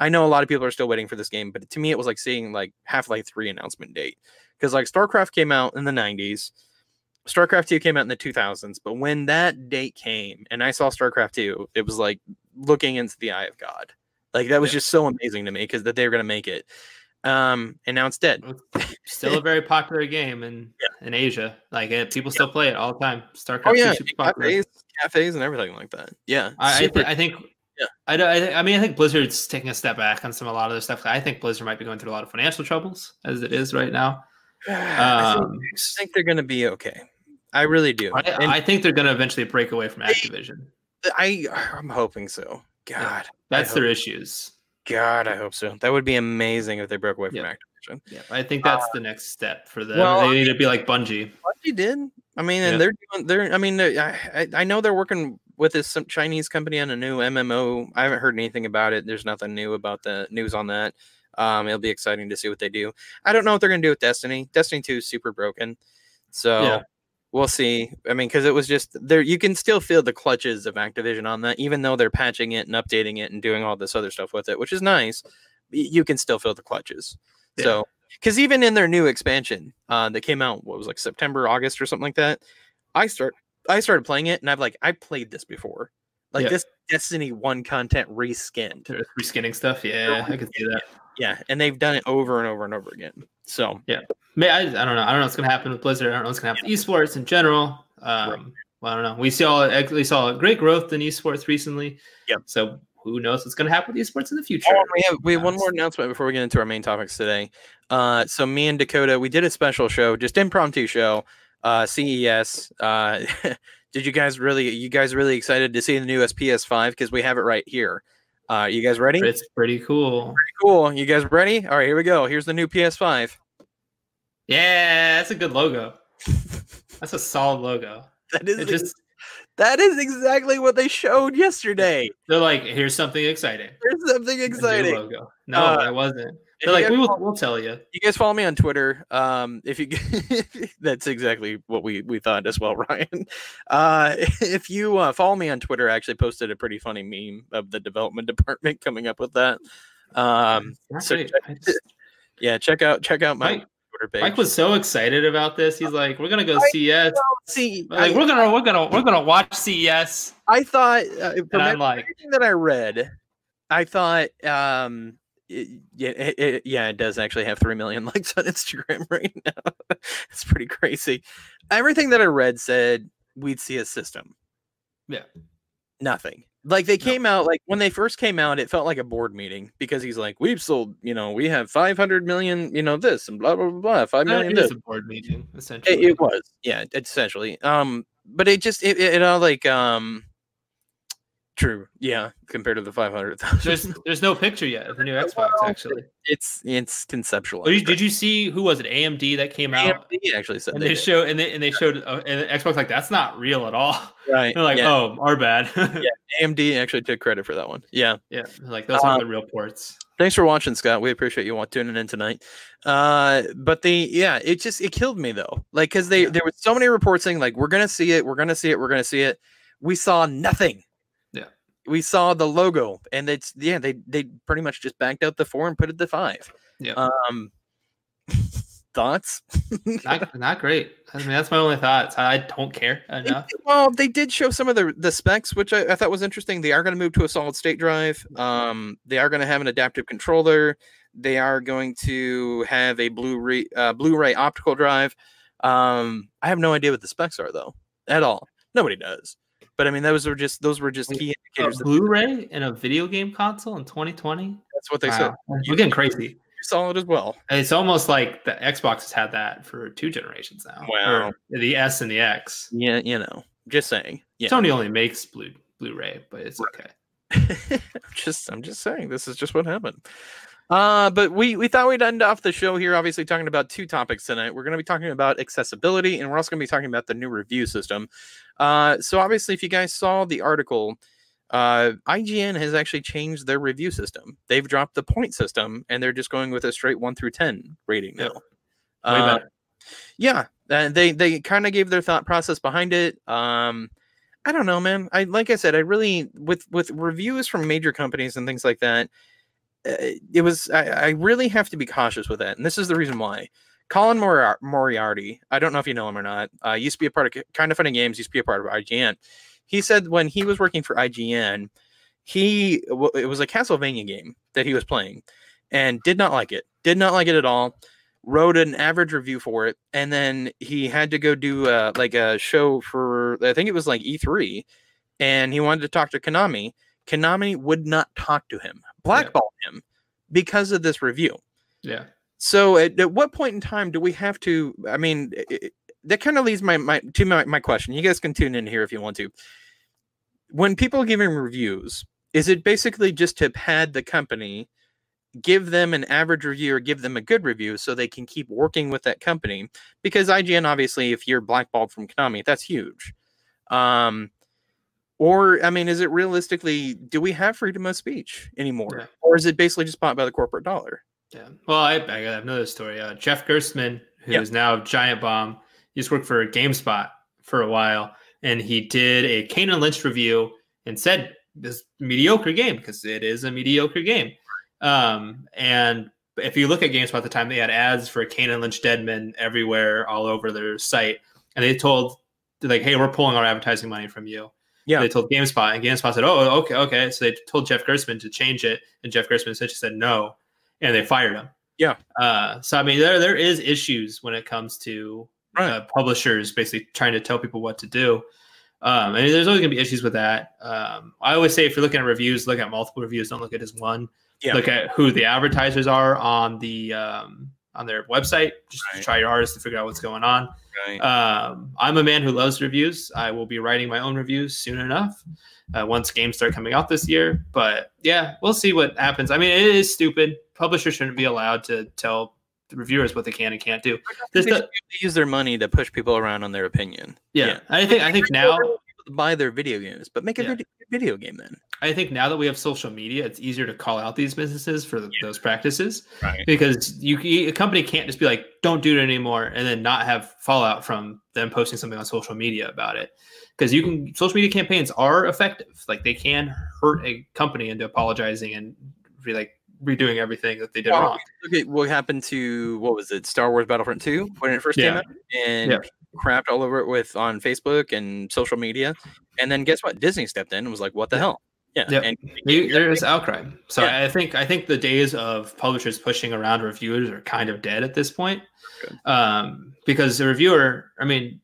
I know a lot of people are still waiting for this game, but to me it was like seeing like Half-Life 3 announcement date cuz like StarCraft came out in the 90s. StarCraft 2 came out in the 2000s, but when that date came and I saw StarCraft 2, it was like looking into the eye of God. Like that was Yeah. just so amazing to me cuz that they were going to make it. Um and now it's dead. Still a very popular game in in Asia. Like eh, people still play it all the time. StarCraft Oh 2 yeah, is super popular. cafes, cafes and everything like that. Yeah. I, I, super- thi- I think. Yeah. I, don't- I, thi- I mean, I think Blizzard's taking a step back on some a lot of this stuff. I think Blizzard might be going through a lot of financial troubles as it is right now. I think- Um, I think they're going to be okay. I really do. I, and I think they're going to eventually break away from Activision. I, I'm hoping so. God, That's their issues. God, I hope so. That would be amazing if they broke away from Yeah. Activision. Yeah, I think that's the next step for them. Uh, well, they I need to be like Bungie. Bungie did. I mean, and Yeah. they're doing. They're. I mean, they're, I, I- I know they're working with this some Chinese company on a new MMO. I haven't heard anything about it. There's nothing new about the news on that. Um, it'll be exciting to see what they do. I don't know what they're gonna do with Destiny. Destiny Two is super broken, so Yeah. we'll see. I mean, because it was just there. You can still feel the clutches of Activision on that, even though they're patching it and updating it and doing all this other stuff with it, which is nice. y- You can still feel the clutches. Yeah. So because even in their new expansion uh, that came out, what was like September, August, or something like that, I start I started playing it, and I've like I played this before, like Yeah. this Destiny One content reskinned, They're reskinning stuff. Yeah, I can see that. yeah, and they've done it over and over and over again. So May I, I don't know. I don't know what's going to happen with Blizzard. I don't know what's going to happen with esports in general. Um, well, I don't know. We saw we saw great growth in esports recently. Yep. So who knows what's going to happen with esports in the future? Oh, we have we have one Nice. more announcement before we get into our main topics today. Uh, so me and Dakota, we did a special show, just impromptu show, uh, CES. Uh, did you guys really? You guys really excited to see the new PS5 because we have it right here. Uh, you guys ready? It's pretty cool. cool. You guys ready? All right, here we go. Here's the new PS5. Yeah, that's a good logo. That's a solid logo. That is e-, It just that is exactly what they showed yesterday. they're like, here's something exciting. There's something A new exciting. If Logo. No, Uh, that wasn't. you They're like, guys we will, follow- we'll tell you. you guys follow me on Twitter. Um, if you, that's exactly what we we thought as well, Ryan. Uh, if you uh, follow me on Twitter, I actually posted a pretty funny meme of the development department coming up with that. Um, Not so great. I just- yeah, check out check out my Mike- Twitter page. Mike was so excited about this. He's like, we're gonna go I CES. see, Like, I, we're gonna we're gonna we're gonna watch CES. I thought uh, from And I'm every- like, everything that I read, I thought, um, it, yeah, it, it, yeah, it does actually have three million likes on Instagram right now. it's pretty crazy. Everything that I read said we'd see a system. Yeah. nothing. Like they No. came out like when they first came out, it felt like a board meeting because he's like, we've sold, you know, we have five hundred million, you know, this and blah blah blah, blah five "Eh, million. it this." is a board meeting, essentially. it, it was yeah essentially um but it just it, it, it all like um true yeah compared to the 500,000 there's there's no picture yet of the new Xbox. Actually, it's it's conceptual Oh, you- did you see who was it? AMD that came out actually said and they they did. show and they and they showed uh, and Xbox like that's not real at all. right They're like, yeah, oh, our bad. yeah, AMD actually took credit for that one yeah They're like those aren't the real ports. thanks for watching Scott we appreciate you wa- tuning in tonight uh but the yeah it just it killed me though like cuz they Yeah. there was so many reports saying like we're going to see it we're going to see it we're going to see it we saw nothing Yeah. we saw the logo and it's yeah they they pretty much just backed out the 4 and put it the 5 Yeah. um thoughts Um, Not not great. I mean, that's my only thoughts. I don't care enough. Well, they did show some of the the specs, which I, I thought was interesting. They are going to move to a solid state drive. Um, they are going to have an adaptive controller. They are going to have a Blu-ray uh, Blu-ray optical drive. Um, I have no idea what the specs are though, at all. Nobody does. But I mean, those were just those were just Like, key A indicators. that Blu-ray and a video game console in 2020. that's what they said. Wow. We're getting crazy. Solid as well. It's almost like the Xbox has had that for two generations now. Wow. Or the S and the X. Yeah, you know, just saying. Yeah, Sony only makes blue Blu-ray, but it's okay. just I'm just saying this is just what happened. Uh, but we we thought we'd end off the show here, obviously talking about two topics tonight. We're going to be talking about accessibility, and we're also going to be talking about the new review system. Uh, so obviously, if you guys saw the article, uh, IGN has actually changed their review system. They've dropped the point system, and they're just going with a straight one through ten rating now. Yep. Way Uh, better. yeah, uh, they they kind of gave their thought process behind it. Um, I don't know, man. I like I said, I really with with reviews from major companies and things like that. uh, It was I, I really have to be cautious with that, and this is the reason why. Colin Moriar- Moriarty, I don't know if you know him or not. Uh, used to be a part of Kind of Funny Games. Used to be a part of IGN. He said when he was working for IGN, he w- it was a Castlevania game that he was playing, and did not like it. Did not like it at all. Wrote an average review for it, and then he had to go do uh, like a show for I think it was like E3, and he wanted to talk to Konami. Konami would not talk to him, blackball him because of this review. Yeah. So at, at what point in time do we have to? I mean, i- i that kind of leads my, my to my, my question. You guys can tune in here if you want to. When people are giving reviews, is it basically just to pad the company, give them an average review or give them a good review so they can keep working with that company? Because IGN, obviously, if you're blackballed from Konami, that's huge. Um, or I mean, is it realistically do we have freedom of speech anymore, Yeah. or is it basically just bought by the corporate dollar? Yeah. Well, I, I have another story. Uh, Jeff Gerstmann, who is Yeah. now Giant Bomb, he used to work for GameSpot for a while, and he did a Kane and Lynch review and said this mediocre game because it is a mediocre game. Um, and if you look at GameSpot at the time, they had ads for Kane and Lynch Deadman everywhere, all over their site, and they told they're like, "Hey, we're pulling our advertising money from you." Yeah. They told GameSpot, and GameSpot said, "Oh, okay, okay." So they told Jeff Gerstmann to change it, and Jeff Gerstmann essentially said no and they fired him. Yeah. Uh, so I mean, there there is issues when it comes to Right. uh, publishers basically trying to tell people what to do. Um, and there's always going to be issues with that. Um, I always say if you're looking at reviews, look at multiple reviews. Don't look at just one. Yeah. Look at who the advertisers are on the um, on their website. Just Right. try your hardest to figure out what's going on. Right. Um, I'm a man who loves reviews. I will be writing my own reviews soon enough uh, once games start coming out this year. But yeah, we'll see what happens. I mean, it is stupid. Publishers shouldn't be allowed to tell the reviewers what they can and can't do. This they does- should be able to use their money to push people around on their opinion. yeah, Yeah. I think I think now People to buy their video games, but make a Yeah. vid- video, game then. I think now that we have social media, it's easier to call out these businesses for th- those practices Right. because you, you a company can't just be like, "Don't do it anymore," and then not have fallout from them posting something on social media about it. Because you can, social media campaigns are effective. Like they can hurt a company into apologizing and be like redoing everything that they did Wow. wrong. Look at what happened to what was it, Star Wars Battlefront Two, when it first Yeah. came out, and Yeah. people crapped all over it with on Facebook and social media, and then guess what? Disney stepped in and was like, "What the hell?" Yeah, Yep. and You- There is outcry. So Yeah. I think I think the days of publishers pushing around reviewers are kind of dead at this point, Good. um, because the reviewer, I mean,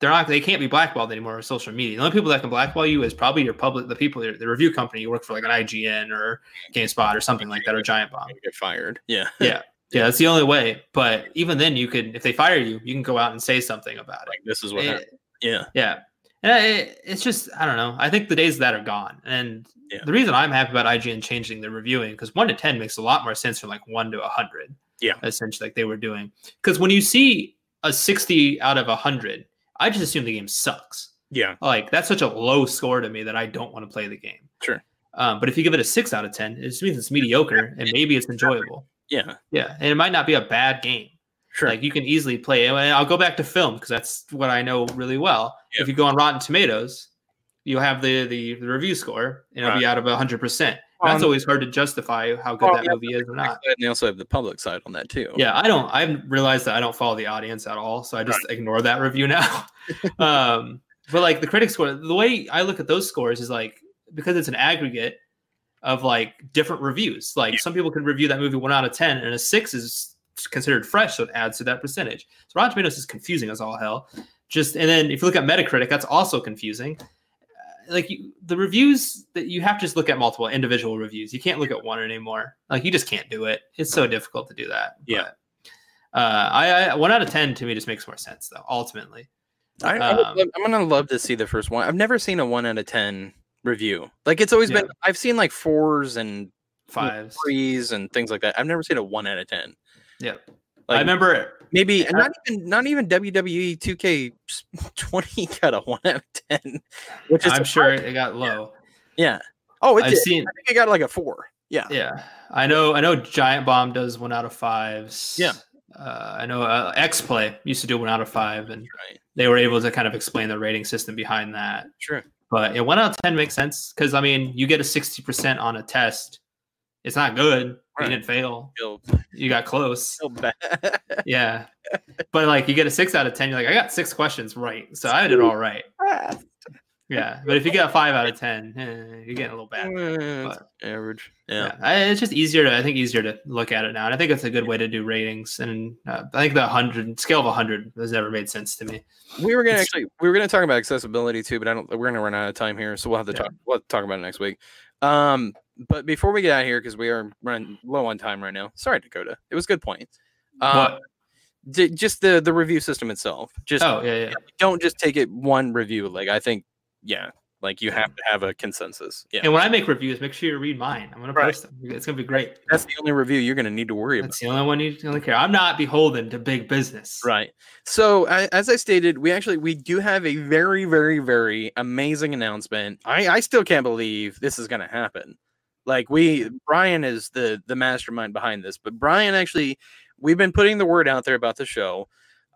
they're not they can't be blackballed anymore with social media. The only people that can blackball you is probably your public, the people, the review company you work for, like an IGN or GameSpot or something like that, or Giant Bomb. get fired. Yeah, Yeah, that's the only way. But even then, you can if they fire you, you can go out and say something about it. Eh, like this is what It- happened. Yeah, yeah. And I- it, it's just, I don't know. I think the days of that are gone. And Yeah. the reason I'm happy about IGN changing their reviewing, because one to 10 makes a lot more sense from like one to a 100. Yeah. Essentially, like they were doing. Because when you see a 60 out of a 100, I just assume the game sucks. yeah, Like that's such a low score to me that I don't want to play the game. Sure. Um, but if you give it a six out of 10, it just means it's mediocre and maybe it's enjoyable. yeah, Yeah. And it might not be a bad game. sure. Like you can easily play it. And I'll go back to film because that's what I know really well. Yeah. If you go on Rotten Tomatoes, you'll have the the, the review score and it'll be out of hundred percent. That's Um, always hard to justify how good well, that yeah, movie is or not. and they also have the public side on that too. Yeah, I don't. I realized that I don't follow the audience at all, so I just ignore that review now. um, but like the critic score, the way I look at those scores is like because it's an aggregate of like different reviews. Like Yeah. some people could review that movie one out of ten, and a six is considered fresh, so it adds to that percentage. So Rotten Tomatoes is confusing as all hell. Just and then if you look at Metacritic, that's also confusing. Uh, Like you, the reviews that you have to just look at multiple individual reviews. You can't look at one anymore. Like you just can't do it. It's so difficult to do that. Yeah. But, uh, I, I one out of ten to me just makes more sense though. Ultimately, I, I would Um, love- I'm gonna love to see the first one. I've never seen a one out of ten review. Like it's always been. I've seen like fours and fives. threes and things like that. I've never seen a one out of ten. Yep. I Like remember it. maybe and not even not even E WWE 2K20 got a one out of ten, which is I'm sure it got low. Yeah. Oh, it I've did. seen. I think it got like a four. Yeah. Yeah, I know. I know. Giant Bomb does one out of fives. Yeah. uh, I know uh, X Play used to do one out of five, and Right. they were able to kind of explain the rating system behind that. Sure. But yeah, one out of ten makes sense because I mean, you get a sixty percent on a test. It's not good. Right. You didn't fail. Feel, You got close. feel bad. Yeah, but like you get a six out of ten, you're like, I got six questions right, so I did all right. Yeah, but if you get a five out of ten, eh, you're getting a little bad. Mm, it's average. Yeah. Yeah, I, it's just easier to I think easier to look at it now, and I think it's a good way to do ratings. And uh, I think the hundred scale of hundred has never made sense to me. We were gonna It's- actually we were gonna talk about accessibility too, but I don't. We're gonna run out of time here, so we'll have to Yeah. talk. We'll have to talk about it next week. Um, but before we get out of here, because we are running low on time right now. Sorry, Dakota. It was a good point. Uh, But- j- just the the review system itself. Just oh yeah, yeah, don't just take it one review. Like I think, yeah, like you have to have a consensus. Yeah, Mm. And when I make reviews, make sure you read mine. I'm gonna Right. post them. It's gonna be great. that's the only review you're gonna need to worry about. That's the only one you only care. I'm not beholden to big business. Right. So a- as I stated, we actually we do have a very very very amazing announcement. I I still can't believe this is going to happen. Like we Brian is the the mastermind behind this, but Brian actually we've been putting the word out there about the show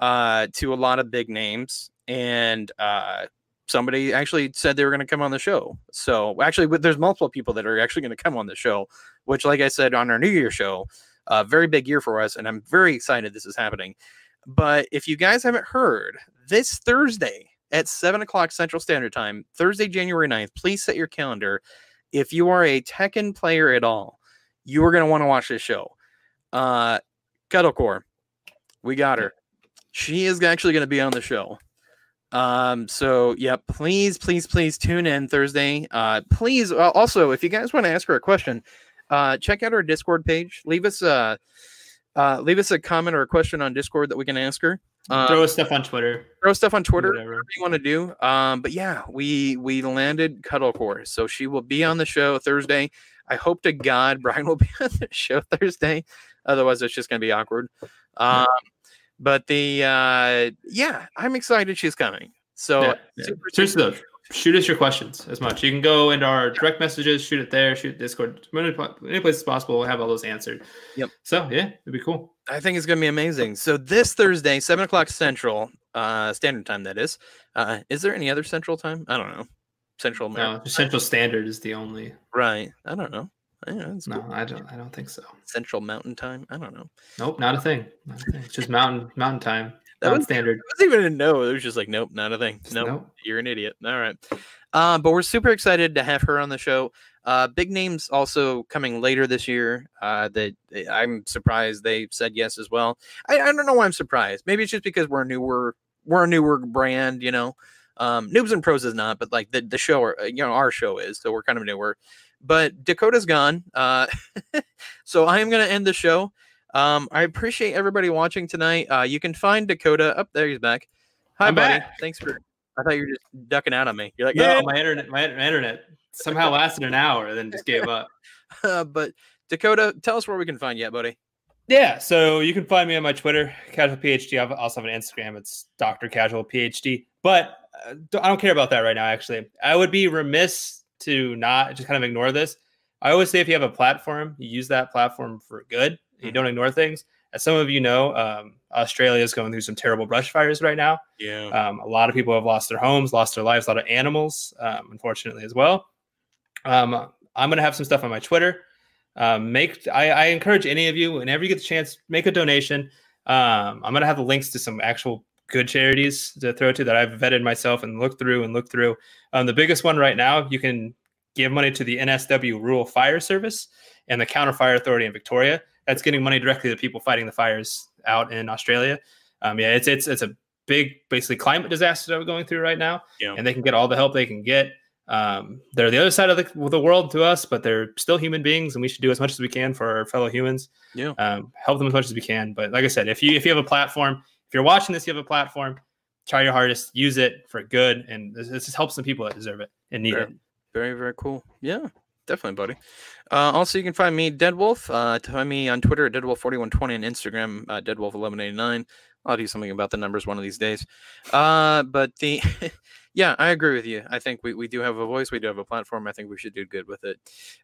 uh to a lot of big names and uh somebody actually said they were going to come on the show. So actually with- there's multiple people that are actually going to come on the show, which like I said on our New Year show, uh, very big year for us and I'm very excited this is happening. But if you guys haven't heard, this Thursday at 7 o'clock Central Standard Time, Thursday, January 9th, please set your calendar. If you are a Tekken player at all, you are going to want to watch this show. Uh, Kettlecore, we got her. She is actually going to be on the show. Um, so yeah, please, please, please tune in Thursday. Uh, please uh, also, if you guys want to ask her a question, uh, check out our Discord page. Leave us a uh, leave us a comment or a question on Discord that we can ask her. Uh, Throw throw, us stuff on Twitter. stuff on Twitter Whatever. whatever you want to do. Um, but yeah, we we landed Cuddlecore, so she will be on the show Thursday. I hope to God Brian will be on the show Thursday. Otherwise, it's just going to be awkward. Um, but the uh, yeah, I'm excited she's coming. So Yeah, yeah. super- Seriously though, shoot us your questions as much. You can go into our direct messages, shoot it there, shoot Discord, any pla- any place as possible. We'll have all those answered. Yep. So yeah, it'd be cool. I think it's going to be amazing. So this Thursday, seven o'clock Central uh, Standard Time. That is. Uh, is there any other Central Time? I don't know. Central America. No, Central Uh, Standard is the only. Right. I don't know. I don't know. It's No, cool. I don't. I don't think so. Central Mountain Time. I don't know. Nope, not a thing. Not a thing. It's just mountain mountain time. That Mountain was- standard. It wasn't even a no. It was just like, nope, not a thing. Just Nope, nope. you're an idiot. All right. Uh, but we're super excited to have her on the show. Uh, big names also coming later this year. Uh, that that I'm surprised they said yes as well. I, I don't know why I'm surprised. Maybe it's just because we're a newer we're a newer brand, you know. Um, Noobs and Pros is not, but like the the show, uh, you know, our show is, so we're kind of newer. But Dakota's gone, uh, so I am going to end the show. Um, I appreciate everybody watching tonight. Uh, you can find Dakota up there. He's back. Hi, I'm buddy. Thanks for. I thought you were just ducking out on me. You're like, No, "Eh." oh, my internet, my, my internet somehow lasted an hour, and then just gave up. Uh, but Dakota, tell us where we can find you, at, buddy. Yeah, so you can find me on my Twitter, Casual PhD. I also have an Instagram. It's Doctor Casual PhD. But uh, I don't care about that right now. Actually, I would be remiss to not just kind of ignore this. I always say if you have a platform, you use that platform for good. You don't ignore things. As some of you know, um, Australia is going through some terrible brush fires right now. Yeah. Um, a lot of people have lost their homes, lost their lives, a lot of animals, um, unfortunately, as well. Um, I'm going to have some stuff on my Twitter. Um, make I, I encourage any of you, whenever you get the chance, make a donation. Um, I'm going to have the links to some actual good charities to throw to that I've vetted myself and looked through and looked through. Um, the biggest one right now, you can give money to the NSW Rural Fire Service and the Counter Fire Authority in Victoria. That's getting money directly to people fighting the fires out in Australia. Um, yeah, it's it's it's a big basically climate disaster that we're going through right now Yeah. and they can get all the help they can get um, they're the other side of the, the world to us but they're still human beings and we should do as much as we can for our fellow humans Yeah. um, help them as much as we can but like i said if you if you have a platform if you're watching this you have a platform try your hardest use it for good and this, this just helps some people that deserve it and need Fair. it Very, very cool. Yeah, definitely, buddy. Uh, also, you can find me, Dead Wolf. Uh, to find me on Twitter at DeadWolf4120 and Instagram, uh, DeadWolf1189. I'll do something about the numbers one of these days. Uh, but the yeah, I agree with you. I think we, we do have a voice, we do have a platform. I think we should do good with it.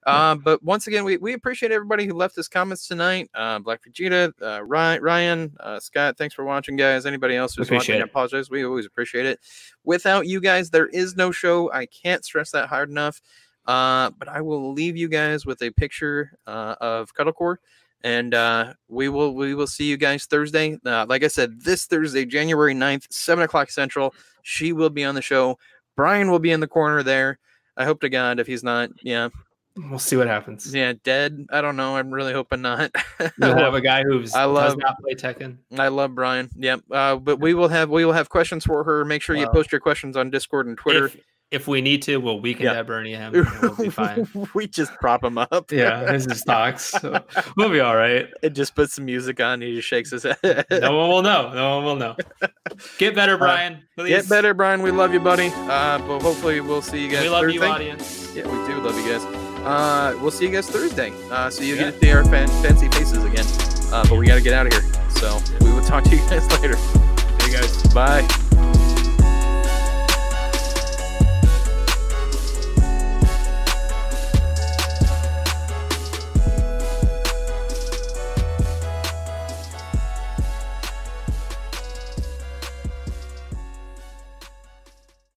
Uh, but once again, we, we appreciate everybody who left us comments tonight. Uh, Black Vegeta, uh, Ry- Ryan, uh, Scott, thanks for watching, guys. Anybody else who's Appreciate watching, I it. apologize. We always appreciate it. Without you guys, there is no show. I can't stress that hard enough. Uh, but I will leave you guys with a picture uh, of Cuddlecore and uh, we will we will see you guys thursday uh, like i said this thursday january 9th 7 o'clock central she will be on the show brian will be in the corner there i hope to god if he's not yeah We'll see what happens. yeah dead i don't know i'm really hoping not You'll have a guy who's I does love- not play Tekken. i love brian yep uh, but we will have we will have questions for her make sure you Wow. post your questions on discord and twitter If, if we need to, we'll weaken Yeah. that Bernie him. And we'll be fine. we just prop him up yeah, his is stocks. So we'll be all right. and just put some music on and he just shakes his head No one will know. No one will know. Get better, Brian. Please. Get better, Brian. We love you, buddy. Uh, but hopefully, we'll see you guys. We love you, Thursday. audience. Yeah, we do love you guys. Uh, we'll see you guys Thursday. Uh, so you Yeah. get to see our fan- fancy faces again. Uh, but we got to get out of here. So we will talk to you guys later. Hey, guys. Bye.